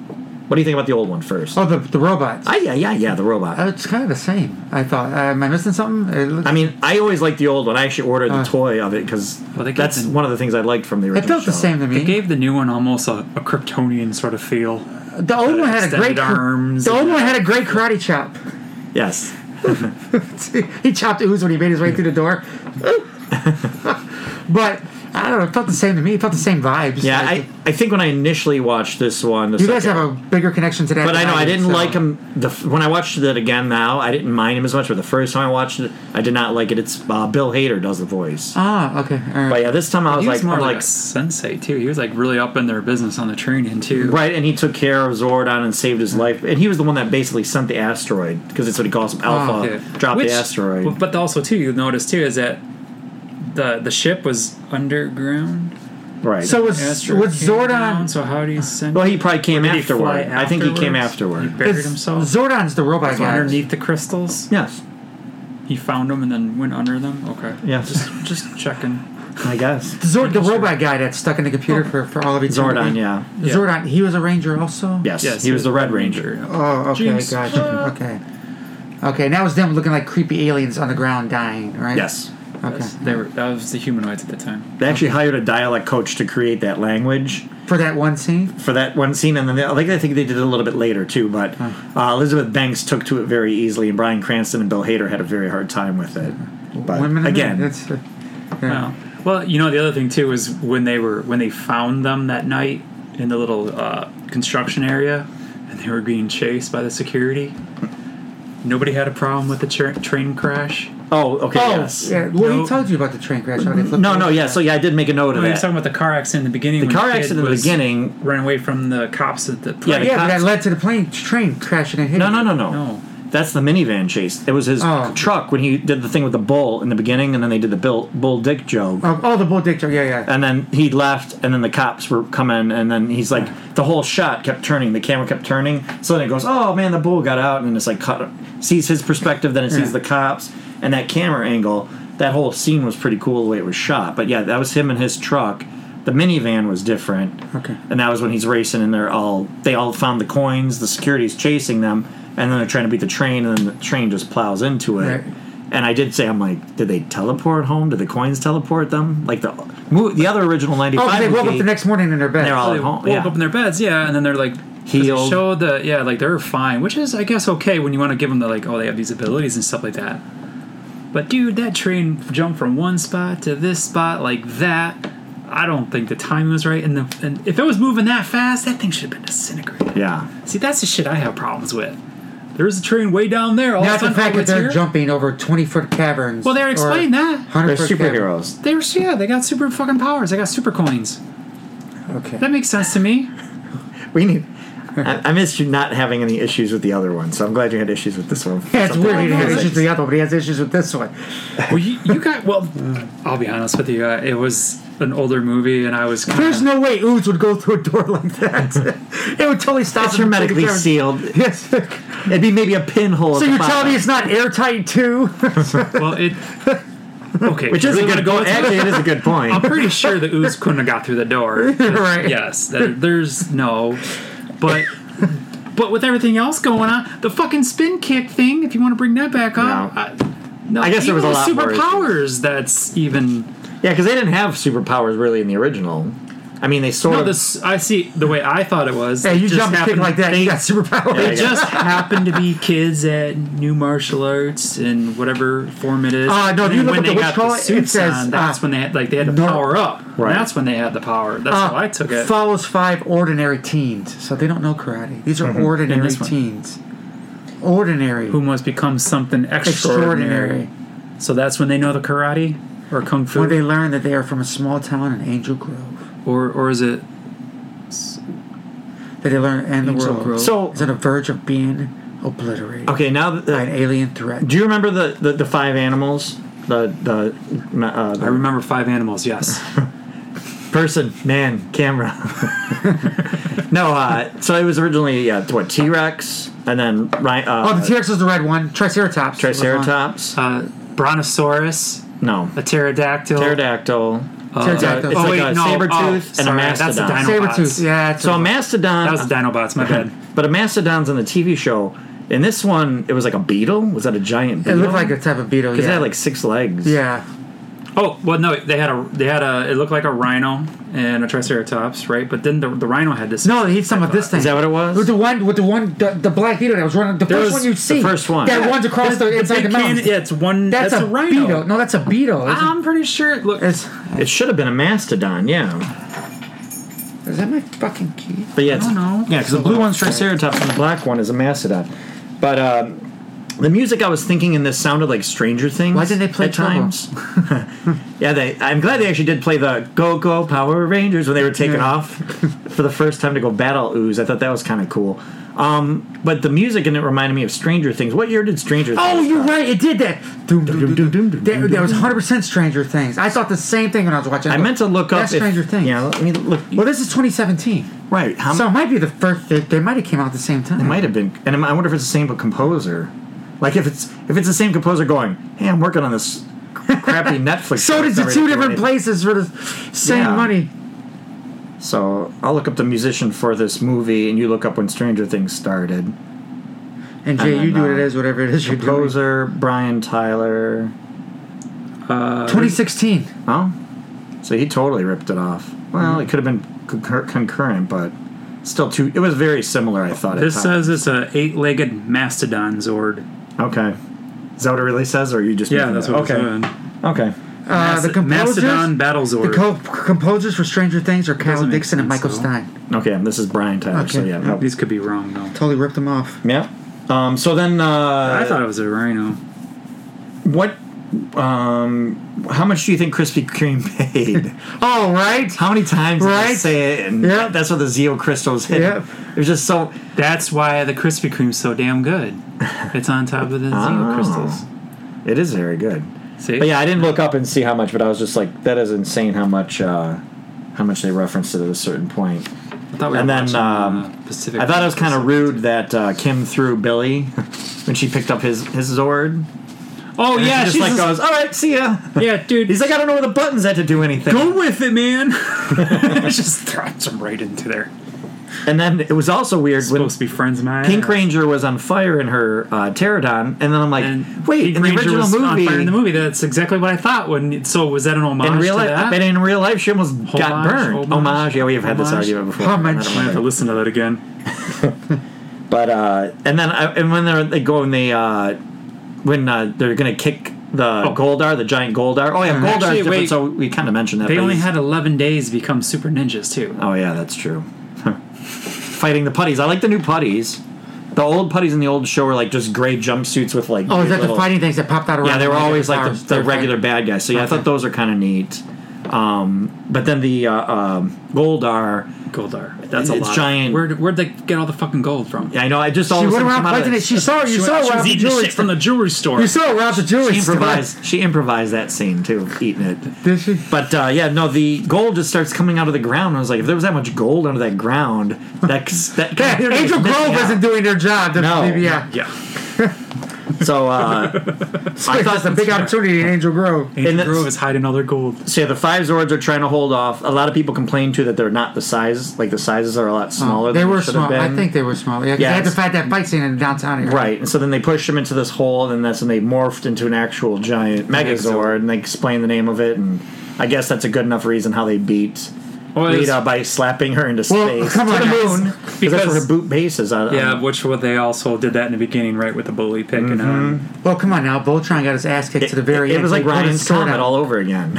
B: What do you think about the old one first?
C: Oh, the the robots.
B: Ah, yeah, yeah, yeah, the robot.
C: Uh, It's kind of the same. I thought. Uh, am I missing something? It looked-
B: I mean, I always liked the old one. I actually ordered the
C: Uh.
B: toy of it because
D: Well, they got
B: that's
D: the-
B: one of the things I liked from the
C: it
B: original.
C: felt the
B: show.
C: same to
D: They
C: me.
D: gave the new one almost a, a Kryptonian sort of feel.
C: The old one had a
D: extended
C: great cr-
D: arms
C: The old
D: and-
C: one had a great karate chop.
B: Yes.
C: he chopped ooze when he made his way through the door. but I don't know. It felt the same to me. It felt the same vibes.
B: Yeah,
C: Like,
B: I, I think when I initially watched this one, the
C: you guys
B: second-
C: have a bigger connection to that.
B: But I
C: than
B: know I
C: do,
B: didn't
C: so-
B: like him. The f- when I watched it again now, I didn't mind him as much. But the first time I watched it, I did not like it. It's uh, Bill Hader does the voice.
C: Ah, okay. All right.
B: But yeah, this time I was
D: He was
B: like,
D: more
B: I'm
D: like,
B: like,
D: a sensei, too. He was like really up in their business on the training, too.
B: right, and he took care of Zordon and saved his life. And he was the one that basically sent the asteroid because it's what he calls him, Alpha.
D: Yeah.
B: Dropped
D: Which-
B: the asteroid.
D: But, but also, too, you'll notice, too, is that the the ship was underground.
B: right.
C: So was
D: Asteroid
C: was
D: came down,
C: Zordon?
D: so how do you send
B: well, he probably came
D: Did he
B: afterward.
D: fly
B: I think he came
D: afterwards?
B: afterward.
D: He buried
C: is
D: himself
C: Zordon's the robot guy.
D: underneath the crystals.
B: Yes.
D: He found them and then went under them. Okay.
B: Yeah.
D: Just just checking.
B: I guess.
C: The, Zord, the robot guy that's stuck in the computer
D: Oh.
C: for, for all of eternity.
B: Zordon, yeah.
D: Yeah.
C: Zordon, he was a ranger also?
B: Yes. he was the Red Ranger.
C: Oh, okay,
D: James- Uh.
C: gotcha. Okay. Okay, and that was them looking like creepy aliens on the ground dying, right?
B: Yes.
C: Okay.
D: That's- They were that was the humanoids at the time.
B: They actually hired a dialect coach to create that language.
C: For that one scene?
B: for that one scene, and then they, I think I think they did it a little bit later too. But uh, Elizabeth Banks took to it very easily, and Brian Cranston and Bill Hader had a very hard time with it. But
C: One minute.
B: again,
C: That's, uh, yeah.
D: Wow. Well, you know the other thing too is when they were when they found them that night in the little uh, construction area, and they were being chased by the security. Nobody had a problem with the tra- train crash.
B: oh, okay,
C: Oh,
B: yes,
C: yeah. Well,
D: No.
C: he told you about the train crash. How they flipped
B: no,
C: it
B: no,
C: over.
B: yeah. So yeah, I did make a note of
D: Well, you're
B: that.
D: talking about the car accident in the beginning.
B: the
D: when
B: car
D: kid
B: accident in the
D: was
B: beginning.
D: Ran away from the cops at the
B: Yeah, the
D: plane.
C: Yeah, but
B: cops-
C: that led to the plane train crashing and hitting.
B: No, no, no,
C: it.
B: no,
D: No.
B: That's the minivan chase. It was his
C: Oh.
B: truck when he did the thing with the bull in the beginning, and then they did the bill, bull dick joke.
C: Oh, oh, the bull dick joke. Yeah, yeah.
B: and then he left and then the cops were coming and then he's like the whole shot kept turning the camera kept turning so then it goes oh man the bull got out and it's like cut sees his perspective then it sees the cops and that camera angle that whole scene was pretty cool the way it was shot but yeah that was him and his truck the minivan was different
C: Okay.
B: and that was when he's racing and they're all they all found the coins the security's chasing them and then they're trying to beat the train and then the train just plows into it
C: Right.
B: and I did say, I'm like, did they teleport home? Did the coins teleport them? Like the mo- the other original
C: Oh, 'cause
B: '95
C: they woke up
B: movie,
C: the next morning in their bed.
B: they're all
D: They
B: at home.
D: woke
B: Yeah.
D: up in their beds, yeah, and then they're like 'cause they
B: Healed.
D: Show the yeah, like they're fine, which is I guess okay when you want to give them the like oh they have these abilities and stuff like that. But dude, that train jumped from one spot to this spot like that. I don't think the timing was right, and the and if it was moving that fast, that thing should have been disintegrated.
B: yeah,
D: See, that's the shit I have problems with. There's a train way down there. All of
C: Not
D: a
C: the
D: sudden,
C: fact
D: oh,
C: that
D: it's
C: they're
D: here?
C: jumping over twenty foot caverns.
D: Well, they explained that.
B: they're
C: Hundred foot caverns.
B: superheroes.
D: They were yeah, they got super fucking powers. They got super coins.
C: Okay.
D: That makes sense to me.
B: We need. I, I missed you not having any issues with the other one, so I'm glad you had issues with this one.
C: Yeah, it's
B: Something
C: weird. He
B: like
C: had
B: that.
C: issues with the other one, but he has issues with this one.
D: Well, you, you got well. I'll be honest with you. Uh, it was an older movie, and I was kind
C: There's
D: of
C: no way Ooze would go through a door like that. it would totally stop.
B: It's
C: him.
B: hermetically sealed.
C: Yes. so
B: It'd be maybe a pinhole. at the
C: you're
B: bottom.
C: telling me it's not airtight too?
D: well. It Okay,
B: Which is
D: we're
B: a
D: gonna
B: good go. Actually, it is a good point.
D: I'm pretty sure the ooze couldn't have got through the door.
C: Right.
D: Yes. there- there's no, but but with everything else going on, the fucking spin kick thing. If you want to bring that back up,
B: No.
D: I, no,
B: I guess there was
D: even
B: a
D: with
B: lot more
D: superpowers. That's even
B: yeah, because they didn't have superpowers really in the original. I mean, they sort
D: no.
B: of.
D: This I see the way I thought it was.
C: Hey,
D: it
C: you
D: just
C: jump and kick
D: happened-
C: like that, you got superpowers.
B: Yeah,
D: It
B: yeah.
D: just happened to be kids at new martial arts in whatever form it is.
C: Uh, no,
D: And
C: if you
D: then
C: look
D: when
C: at
D: they
C: the-
D: got
C: what you
D: the
C: call it, it
D: suits
C: says,
D: on, that's
C: uh,
D: when they had like they had to
C: no-
D: power up.
B: Right.
D: That's when they had the power. That's
C: Uh,
D: how I took it.
C: Follows five ordinary teens, so they don't know karate. These are
D: And
C: ordinary
D: Mm-hmm. this one.
C: teens. Ordinary.
D: Who must become something
C: extraordinary.
D: extraordinary. So that's when they know the karate or kung fu,
C: When they learn that they are from a small town in Angel Grove,
D: or or is it?
C: that they learn and the
D: Angel
C: world
D: Grove.
B: So-
C: is on the verge of being obliterated
B: okay, now.
C: by
B: The,
C: an alien threat.
B: do you remember the, the, the five animals? The the, uh, the
D: I remember five animals. Yes,
B: person, man, camera. no, uh, so it was originally yeah, what T Rex, and then right. Uh,
C: Oh, the T Rex was the red one. Triceratops.
B: Triceratops.
D: uh, brontosaurus,
B: No,
D: a pterodactyl.
B: pterodactyl.
C: Pterodactyl.
B: Uh, it's
D: oh
B: like
D: wait,
B: a
D: no,
B: saber
D: oh,
B: tooth and a
D: sorry, That's the
B: mastodon.
D: Dinobots.
C: Saber tooth. Yeah. that's
B: So a
C: what it was.
B: mastodon.
D: That was the Dinobots. My bad.
B: But a mastodon's on the TV show. In this one, it was like a beetle. Was that a giant
C: It
B: beetle?
C: looked like a type of beetle.
B: because
C: Yeah.
B: it had like six legs.
C: yeah.
D: Oh well, no, they had a they had a it looked like a rhino and a triceratops, right? But then the, the rhino had this.
C: No, he's talking about this thing.
B: Is that what it was?
C: With the one, with the one, the, the black beetle that was running. The first
B: was
C: one you
B: the
C: see.
B: first one.
C: That
B: Yeah.
C: runs across the,
D: the
C: inside the
D: big
C: mountain.
D: can- yeah, it's one.
C: that's, a,
D: rhino.
C: beetle. No, that's a beetle. It's-
D: I'm pretty sure. Look,
C: It's,
B: It should have been a mastodon. Yeah.
C: is that my fucking key?
B: But yeah, it's,
D: I don't know.
B: yeah, because the blue one's triceratops and the black one is a mastodon. But um, the music I was thinking in this sounded like Stranger Things.
C: Why didn't they play
B: at
C: Trouble?
B: times? yeah, they. I'm glad they actually did play the Go Go Power Rangers when they were taking
C: Yeah.
B: off for the first time to go battle ooze. I thought that was kind of cool. Um, but the music in it reminded me of Stranger Things. What year did Stranger Things?
C: Oh, you're
B: come out?
C: right. It did that. Doom, doom, doom, doom, doom, doom, that, that was 100% Stranger Things. I thought the same thing when I was watching.
B: I meant to look up
C: That's
B: if-
C: Stranger Things.
B: Yeah, let me look.
C: Well, this is 2017,
B: Right. How
C: so it might be the first. They, they might have came out at the same time.
B: It might have been, and I wonder if it's the same composer. Like if it's if it's the same composer going, hey, I'm working on this crappy Netflix.
C: So
B: show
C: did
B: that's already
C: the two
B: created."
C: different places for the same
B: Yeah.
C: money.
B: So I'll look up the musician for this movie, and you look up when Stranger Things started.
C: And Jay,
B: And
C: you
B: then,
C: do what it
B: uh,
C: is, whatever it is you're doing.
B: Composer Brian Tyler.
D: Uh,
C: 2016.
B: Oh, so he totally ripped it off.
C: Mm-hmm.
B: Well, it could have been concur- concurrent, but still too. It was very similar. I thought. at
D: This
B: times.
D: says it's a eight-legged mastodon zord.
B: okay. Is that what it really says, or are you just making that- okay. Okay.
C: Uh, the composers,
D: Mastodon battle zord.
C: the co- composers for Stranger Things are Kyle
D: doesn't make
C: Dixon and
D: sense,
C: Michael
D: though.
C: Stein.
B: Okay. This is Brian Tyler. So
C: Okay.
B: yeah. no.
D: Oh, These could be wrong though.
C: Totally ripped them off.
B: Yeah. Um, so then, uh,
D: I thought it was a rhino.
B: what? Um, how much do you think Krispy Kreme paid?
C: Oh, right.
B: how many times did I
C: Right.
B: say it? And
C: Yep.
B: that's what the Zeo Crystal was hitting.
C: Yep.
B: It was just so.
D: That's why the Krispy Kreme's so damn good. It's on top of the
B: Oh.
D: Zeo crystals.
B: It is very good.
D: See?
B: But yeah, I didn't look up and see how much, but I was just like, that is insane how much, uh, how much they referenced it at a certain point.
D: I thought we were
B: and then,
D: watching,
B: um,
D: uh, Pacific.
B: I thought it was kind of
D: Pacific.
B: rude that uh, Kim threw Billy when she picked up his his Zord.
D: Oh
B: And
D: yeah,
B: she
D: she's
B: just like goes, all right, see ya.
D: yeah, dude.
B: He's like, I don't know where the buttons had to do anything.
D: Go with it, man. Just drops him right into there.
B: And then it was also weird when
D: Supposed to be friends, man.
B: Pink Ranger was on fire in her uh, pterodon, and then I'm like,
D: And
B: wait,
D: Pink
B: in the
D: Ranger
B: original
D: was on
B: movie,
D: fire in the movie, that's exactly what I thought. When so was that an homage
B: in real
D: to
B: life,
D: that?
B: and in real life, she almost got
D: Homage,
B: burned. Homage.
D: homage,
B: yeah, we have had this
D: homage.
B: argument before.
C: Homage.
B: I don't
D: I have to
B: remember.
D: listen to that again.
B: But uh, and then I, and when they're, they go and they uh, when uh, they're gonna kick the
D: Oh. Mm-hmm.
B: Goldar, the giant Goldar. Oh yeah, Goldar's
D: Actually,
B: different.
D: wait.
B: So we kind of mentioned that
D: They
B: but
D: only
B: he's-
D: had 11 days to become super ninjas too.
B: Oh yeah, that's true. Fighting the putties. I like the new putties. The old putties in the old show were like just gray jumpsuits with like.
C: Oh,
B: weird
C: is that the
B: little-
C: fighting things that popped out around?
B: Yeah, they
C: the
B: were
C: regular
B: always like
C: powers?
B: the, the
C: They're
B: regular
C: fighting-
B: bad guys. So yeah, I
C: Okay.
B: thought those were kind of neat. Um, but then the uh, um, Goldar.
D: Goldar. That's a
B: It's
D: lot.
B: giant.
D: Where'd, where'd they get all the fucking gold from?
B: I know. I just all
C: She
B: of a
C: went
B: sudden
C: around
B: come out of
C: fighting
B: that-
C: it. She saw. You
D: She
C: saw
D: was
C: around the
D: eating the
C: jewelry
D: shit from
C: store.
D: the jewelry store.
C: You saw around the
B: She
C: jewelry store.
B: improvised. She improvised that scene too, eating it.
C: Did she?
B: But uh, yeah, no, the gold just starts coming out of the ground. I was like, if there was that much gold under that ground, that that
C: Yeah, Angel Grove isn't doing their job. to-
B: No.
C: Yeah.
D: yeah.
B: So uh, I thought
C: That's a big opportunity in Angel Grove.
D: Angel
B: that's-
D: Grove is hiding all their gold.
B: So yeah, the five Zords are trying to hold off. A lot of people complain too that they're not the size. Like the sizes are a lot smaller.
C: They
B: than
C: were
B: they should have
C: small. I
B: been.
C: think they were small. Yeah, 'cause
B: Yeah,
C: they had to
B: it's-
C: fight that fight scene in the downtown area.
B: Right, and so then they pushed him into this hole, and that's when they morphed into an actual giant Megazord, and they explained the name of it, and I guess that's a good enough reason how they beat
D: Well, it's-
B: Rita by slapping her into
C: Well,
B: space
C: come on,
B: to the
C: guys.
B: moon because that's where her boot base is. uh, um, On,
D: Yeah,
B: on-
D: which what they also did that in the beginning, right, with the bully picking
B: Mm-hmm.
D: on.
C: Well, come on now. Voltron got his ass kicked
B: it,
C: to the very
B: it
C: end.
B: was like
C: He pulled his
B: Ryan's
C: sword
B: comment
C: out.
B: all over again.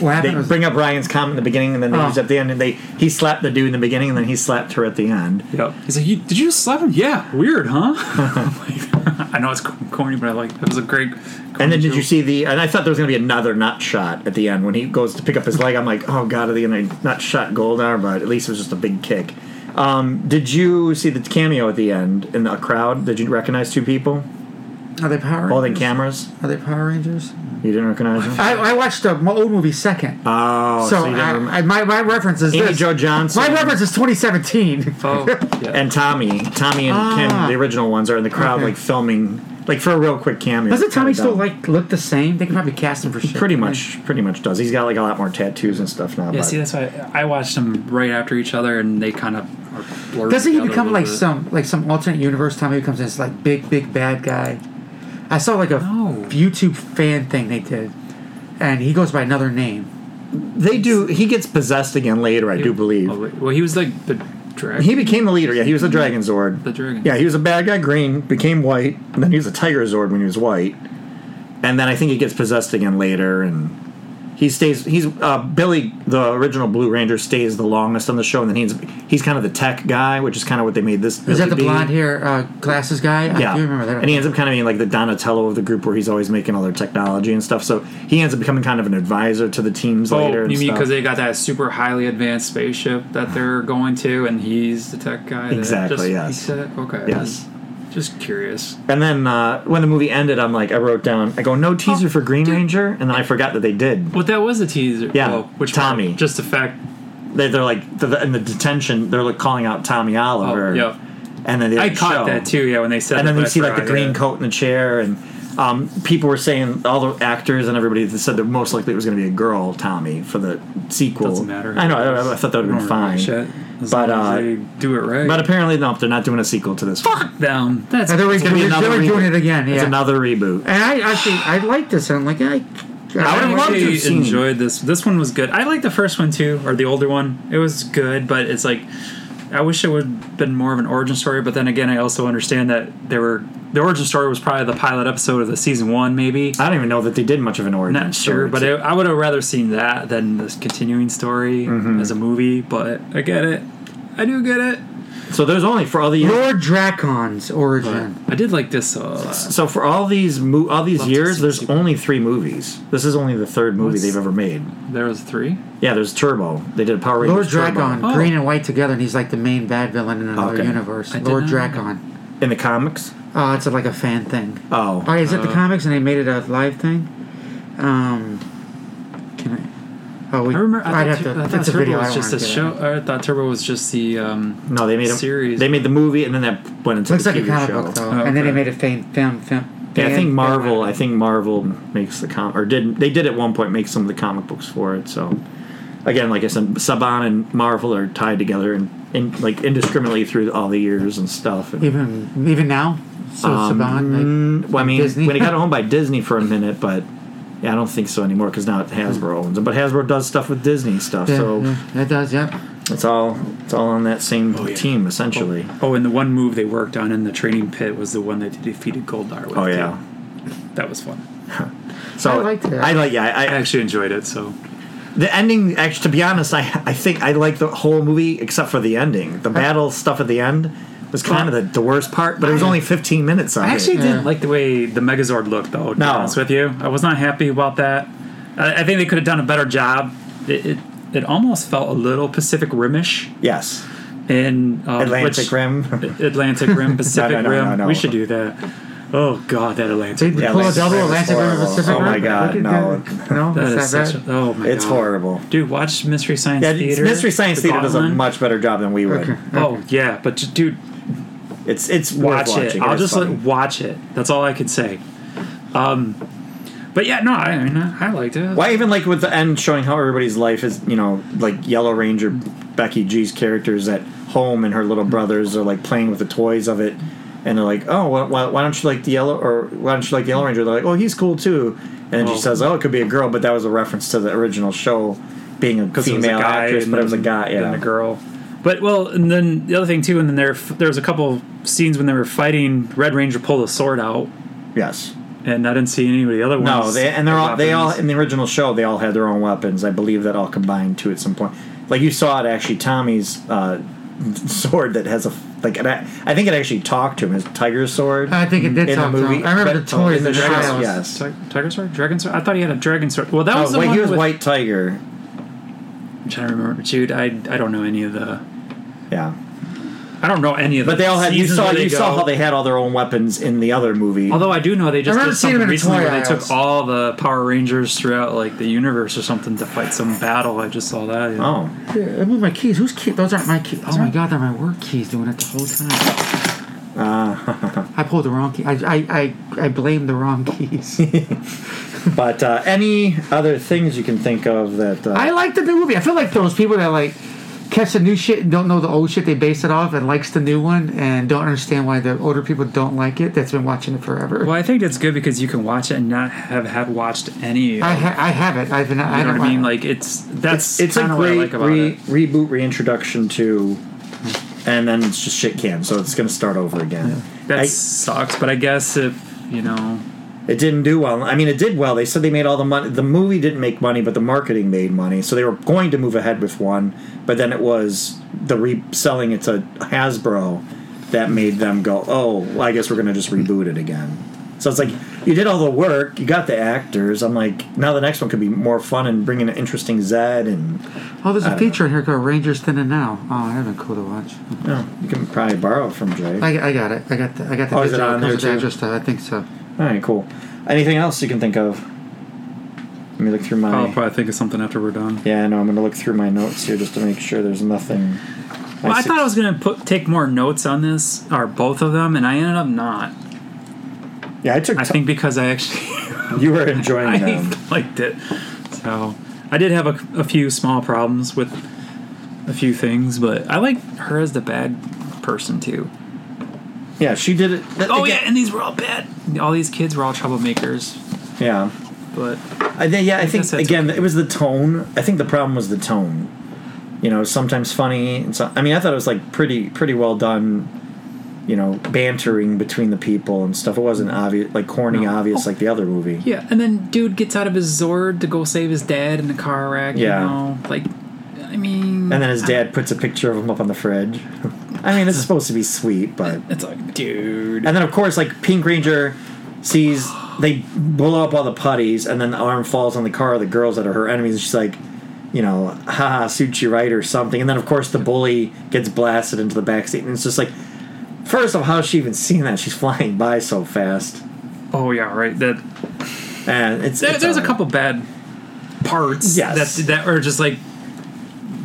C: What happened
B: they
C: was-
B: bring up Ryan's comment in the beginning, and then they
C: Oh.
B: use it at the end, and they he slapped the dude in the beginning, and then he slapped her at the end.
D: Yep. He's like, you, "Did you just slap him?" Yeah. Weird, huh? I'm like, I know it's corny, but I like that was a great.
B: And then did you see the? And I thought there was going to be another nut shot at the end when he goes to pick up his leg. I'm like, oh god, at the end, I nut shot Goldar, but at least it was just a big kick. Um, did you see the cameo at the end in the crowd? Did you recognize two people
C: Are they Power Rangers?
B: holding cameras?
C: Are they Power Rangers?
B: You didn't recognize them.
C: I, I watched the mo- old movie second.
B: Oh,
C: so
B: so, you didn't rem-
C: I, I, my, my reference is
B: Amy
C: this.
B: Jo Johnson.
C: My reference is 2017.
D: Oh, yeah.
B: and Tommy, Tommy and
C: Ah.
B: Kim, the original ones, are in the crowd
C: Okay.
B: like filming, like for a real quick cameo.
C: Doesn't
B: It's kinda
C: Tommy still
B: dumb.
C: like look the same? They could probably cast him for shit.
B: Pretty much, pretty much does. He's got like a lot more tattoos and stuff now.
D: Yeah,
B: but-
D: see, that's why I I watched them right after each other, and they kind of are blurred.
C: Doesn't he
D: together a
C: become
D: little
C: like
D: bit.
C: some like some alternate universe Tommy becomes this like big big bad guy? I saw like a
D: No.
C: YouTube fan thing they did, and he goes by another name.
B: They do. He gets possessed again later, I do
D: Oh,
B: believe.
D: wait. well, he was like the dragon.
B: He became the leader. Yeah, he was a Dragon Zord.
D: The dragon.
B: Yeah, he was a bad guy, green, became white, and then he was a Tiger Zord when he was white. And then I think he gets possessed again later, and he stays. He's uh, Billy, the original Blue Ranger, stays the longest on the show, and then he's he's kind of the tech guy, which is kind of what they made this.
C: Is that the
B: Billy be.
C: blonde hair uh, glasses guy?
B: Yeah,
C: I do remember that.
B: and he ends up kind of being like the Donatello of the group, where he's always making all their technology and stuff. So he ends up becoming kind of an advisor to the teams
D: Oh,
B: later. and
D: you mean
B: stuff.
D: because they got that super highly advanced spaceship that they're going to, and he's the tech guy? that
B: Exactly,
D: Just,
B: yes.
D: He said, okay.
B: Yes.
D: Just curious.
B: And then uh, when the movie ended, I'm like, I wrote down, I go, no teaser
D: Oh,
B: for Green
D: dude.
B: Ranger, and then I forgot that they did.
D: But that was a teaser.
B: Yeah,
D: Well, which part?
B: Tommy.
D: Just the fact.
B: They, they're like the, the, in the detention, they're like calling out Tommy Oliver.
D: oh, yeah.
B: And then they
D: I
B: didn't
D: caught
B: show.
D: that too. Yeah, when they said.
B: And
D: that,
B: then
D: but I
B: you see like the
D: forgot,
B: green
D: yeah.
B: coat in the chair, and um, people were saying all the actors and everybody that said that most likely it was going to be a girl, Tommy, for the sequel.
D: Doesn't matter.
B: I know. I, I thought that would have been fine.
D: Shit. As
B: But,
D: long as
B: uh,
D: they do it right.
B: But apparently, no, they're not doing a sequel to this. Fuck.
D: down. That's
C: And they're,
B: It's gonna be
C: they're-
B: another
C: they're doing
B: reboot.
C: it again. Yeah.
B: It's another reboot.
C: and I actually I like this. And I'm like
B: I
C: I.
D: I
B: would've loved to have
D: actually
B: seen-
D: enjoyed this. This one was good. I like the first one too, or the older one. It was good, but it's like I wish it would have been more of an origin story. But then again, I also understand that they were the origin story was probably the pilot episode of the season one, maybe.
B: I don't even know that they did much of an origin.
D: I'm not sure,
B: story
D: but
B: to-
D: it, I would have rather seen that than this continuing story
B: Mm-hmm.
D: as a movie. But I get it. I do get it.
B: so there's only for all the
C: Lord Dracon's origin.
D: I did like this. Uh,
B: So for all these mo- all these
D: Love to
B: years,
D: see
B: there's
D: people.
B: only three movies. This is only the third movie
D: What's-
B: they've ever made.
D: there was three.
B: Yeah, there's Turbo. They did a Power Rangers
C: Lord
B: Turbo.
C: Dracon,
D: Oh.
C: green and white together, and he's like the main bad villain in another
B: Okay.
C: universe.
D: I did not
C: Lord
D: know
C: Dracon.
B: in the comics.
C: Oh, it's a, like a fan thing.
B: Oh,
C: All right, is it the
D: Uh,
C: comics and they made it a live thing? Um, can I? Oh, we.
D: I remember. I
C: I'd
D: thought,
C: have to.
D: I thought
C: it's a
D: Turbo
C: video. I
D: was
C: don't
D: just a
C: wanna do that.
D: show. I thought Turbo was just the. Um,
B: no, they made a
D: Series.
B: They made the movie, and then that went into
C: Looks
B: the
C: like a
B: TV
C: comic
B: show.
C: book though,
D: Oh,
C: and then they
D: okay.
C: made a fan film. film
B: Yeah, I
C: fan-
B: think Marvel. I think Marvel makes the com or did they did at one point make some of the comic books for it. So again, like I said, Saban and Marvel are tied together and in, like indiscriminately through all the years and stuff. And,
C: Even even now, so
B: Um,
C: Saban. Like,
B: mm, well, I mean,
C: Disney?
B: when it got owned by Disney for a minute, but yeah, I don't think so anymore because now Hasbro owns it. But Hasbro does stuff with Disney stuff,
C: Hmm. yeah,
B: so
C: yeah, that does. Yep.
B: it's all it's all on that same team essentially.
D: Oh, and the one move they worked on in the training pit was the one that they defeated Goldar with.
B: Oh, yeah,
D: too. that was fun.
B: so
C: I liked it.
B: I like yeah. I,
D: I
B: I,
D: actually enjoyed it. So
B: the ending, actually, to be honest, I I think I like the whole movie except for the ending. The battle stuff at the end was kind of the, the worst part, but it was only 15 minutes. On
D: I
B: it.
D: actually
C: Yeah.
D: didn't like the way the Megazord looked, though. To
B: No.
D: be honest with you, I was not happy about that. I, I think they could have done a better job. It, it it almost felt a little Pacific Rimish
B: yes,
D: in um,
B: Atlantic
D: which-
B: Rim.
D: Atlantic Rim, Pacific
B: no,
D: Rim.
B: no, no.
D: We should do that. Oh God, that
C: They
D: Atlantic. Rim.
B: Yeah,
C: pull a
B: Atlantic
C: double
B: Rim is
C: Atlantic Rim
B: horrible.
C: Pacific
B: Oh my
C: Rim?
B: God,
C: Look at
B: no.
C: that. no,
D: That
C: it's
D: is
C: that
D: such.
C: bad.
D: A, oh my
B: it's
D: God.
B: horrible.
D: Dude, watch Mystery Science
B: Yeah,
D: Theater.
B: Mystery Science
D: The
B: Theater does a
D: Goblin.
B: much better job than we would.
C: Okay.
D: Oh yeah, but j- dude,
B: It's it's
D: watch
B: worth
D: it.
B: watching.
D: I'll
B: is
D: just
B: funny.
D: let, watch it. That's all I could say. Um, but yeah, no, I, I mean, I, I liked it.
B: Why even like with the end showing how everybody's life is, you know, like Yellow Ranger, Becky G's characters at home and her little brothers are like playing with the toys of it, and they're like, oh, why, why, why don't you like the yellow or why don't you like the Yellow Ranger? They're like, oh, he's cool too, and then
D: Oh.
B: she says, oh, it could be a girl, but that was a reference to the original show being a
D: because it was
B: female actress, but it was a
D: and
B: guy, yeah,
D: and a girl. But well, and then the other thing too, and then there there was a couple scenes when they were fighting. Red Ranger pulled a sword out,
B: yes.
D: and I didn't see any of the other ones.
B: No, they and they're all they all
D: weapons.
B: in the original show they all had their own weapons. I believe that all combined to at some point. Like you saw it actually, Tommy's uh, sword that has a like an, I think it actually talked to him. His tiger sword.
C: I think it did
B: in the
C: talk to
B: movie.
C: him. I remember
B: but-
C: the toys
B: in
C: in the
B: show,
C: house.
B: Yes.
D: Ti- Tiger sword, dragon sword. I thought he had a dragon sword. Well, that was
B: Oh,
D: the
B: wait,
D: one
B: he was
D: with,
B: White Tiger.
D: I'm trying to remember, dude. I I don't know any of the.
B: Yeah.
D: I don't know any of.
B: But
D: the
B: they all had. You
D: seasons
B: saw.
D: where they
B: You saw
D: go.
B: how they had all their own weapons in the other movie.
D: Although I do know they just
C: remember
D: did
C: seeing
D: something
C: them in a
D: recently
C: toy
D: where they took
C: aisles.
D: all the Power Rangers throughout like the universe or something to fight some battle. I just saw that. yeah.
B: oh,
C: Yeah, I moved my keys. Whose keys? Those aren't my keys. Oh my god, they're my work keys doing it the whole time.
B: Ah.
C: I pulled the wrong key. I, I, I, I blame the wrong keys.
B: but uh, any other things you can think of that? Uh,
C: I liked the new movie. I feel like those people that like catch the new shit and don't know the old shit they base it off and likes the new one and don't understand why the older people don't like it that's been watching it forever.
D: Well, I think it's good because you can watch it and not have had watched any.
C: I, ha- I haven't. I've been.
D: you
C: I
D: know
C: don't
D: what I mean?
C: like-
D: Like it's that's
B: it's a
D: kinda what I
B: great
D: like about
B: re-
D: it.
B: reboot reintroduction to and then it's just shit can so it's going to start over again
D: That
B: I-
D: sucks, but I guess if you know,
B: it didn't do well i mean it did well they said they made all the money the movie didn't make money but the marketing made money so they were going to move ahead with one but then it was the reselling it to hasbro that made them go oh well, i guess we're going to just reboot it again so it's like you did all the work you got the actors i'm like now the next one could be more fun and bring in an interesting zed and
C: oh, there's a
B: don't
C: feature in here called Rangers Then and Now. Oh, that'd been cool to watch.
B: oh, you can probably borrow it from Jay.
C: I, I got it. I got the. I got the.
B: Oh, is it
C: digital.
B: on
C: It comes
B: there
C: with the
B: too?
C: extra stuff. I think so.
B: All right, cool. Anything else you can think of? Let me look through my.
D: I'll probably think of something after we're done.
B: yeah, no, I'm gonna look through my notes here just to make sure there's nothing.
D: Well, I
B: see-
D: thought I was gonna put take more notes on this or both of them, and I ended up not.
B: Yeah, I took.
D: I
B: ti-
D: think because I actually
B: you were enjoying
D: I
B: them.
D: liked it. So I did have a, a few small problems with a few things, but I like her as the bad person too.
B: Yeah, she did it. that-
D: Oh
B: again-
D: yeah, and these were all bad. All these kids were all troublemakers,
B: yeah.
D: but
B: I, thi- yeah, I think
D: guess that's
B: again it was the tone. I think the problem was the tone. You know, sometimes funny. And so, I mean, I thought it was like pretty pretty well done. You know, bantering between the people and stuff. It wasn't obvious, like corny,
D: No.
B: obvious,
D: Oh.
B: like the other movie.
D: yeah. And then dude gets out of his Zord to go save his dad in a car wreck.
B: Yeah.
D: you know? like I mean,
B: And then his dad puts a picture of him up on the fridge. I mean, it's supposed to be sweet, but.
D: it's like dude.
B: And then, of course, like Pink Ranger sees they blow up all the putties, and then the arm falls on the car of the girls that are her enemies, and she's like, you know, haha, suits you right or something. And then, of course, the bully gets blasted into the backseat, and it's just like, first of all, how's she even seen that? She's flying by so fast.
D: Oh yeah, right. That
B: And it's.
D: there,
B: it's
D: there's a
B: all-
D: couple bad parts
B: Yes.
D: that that are just like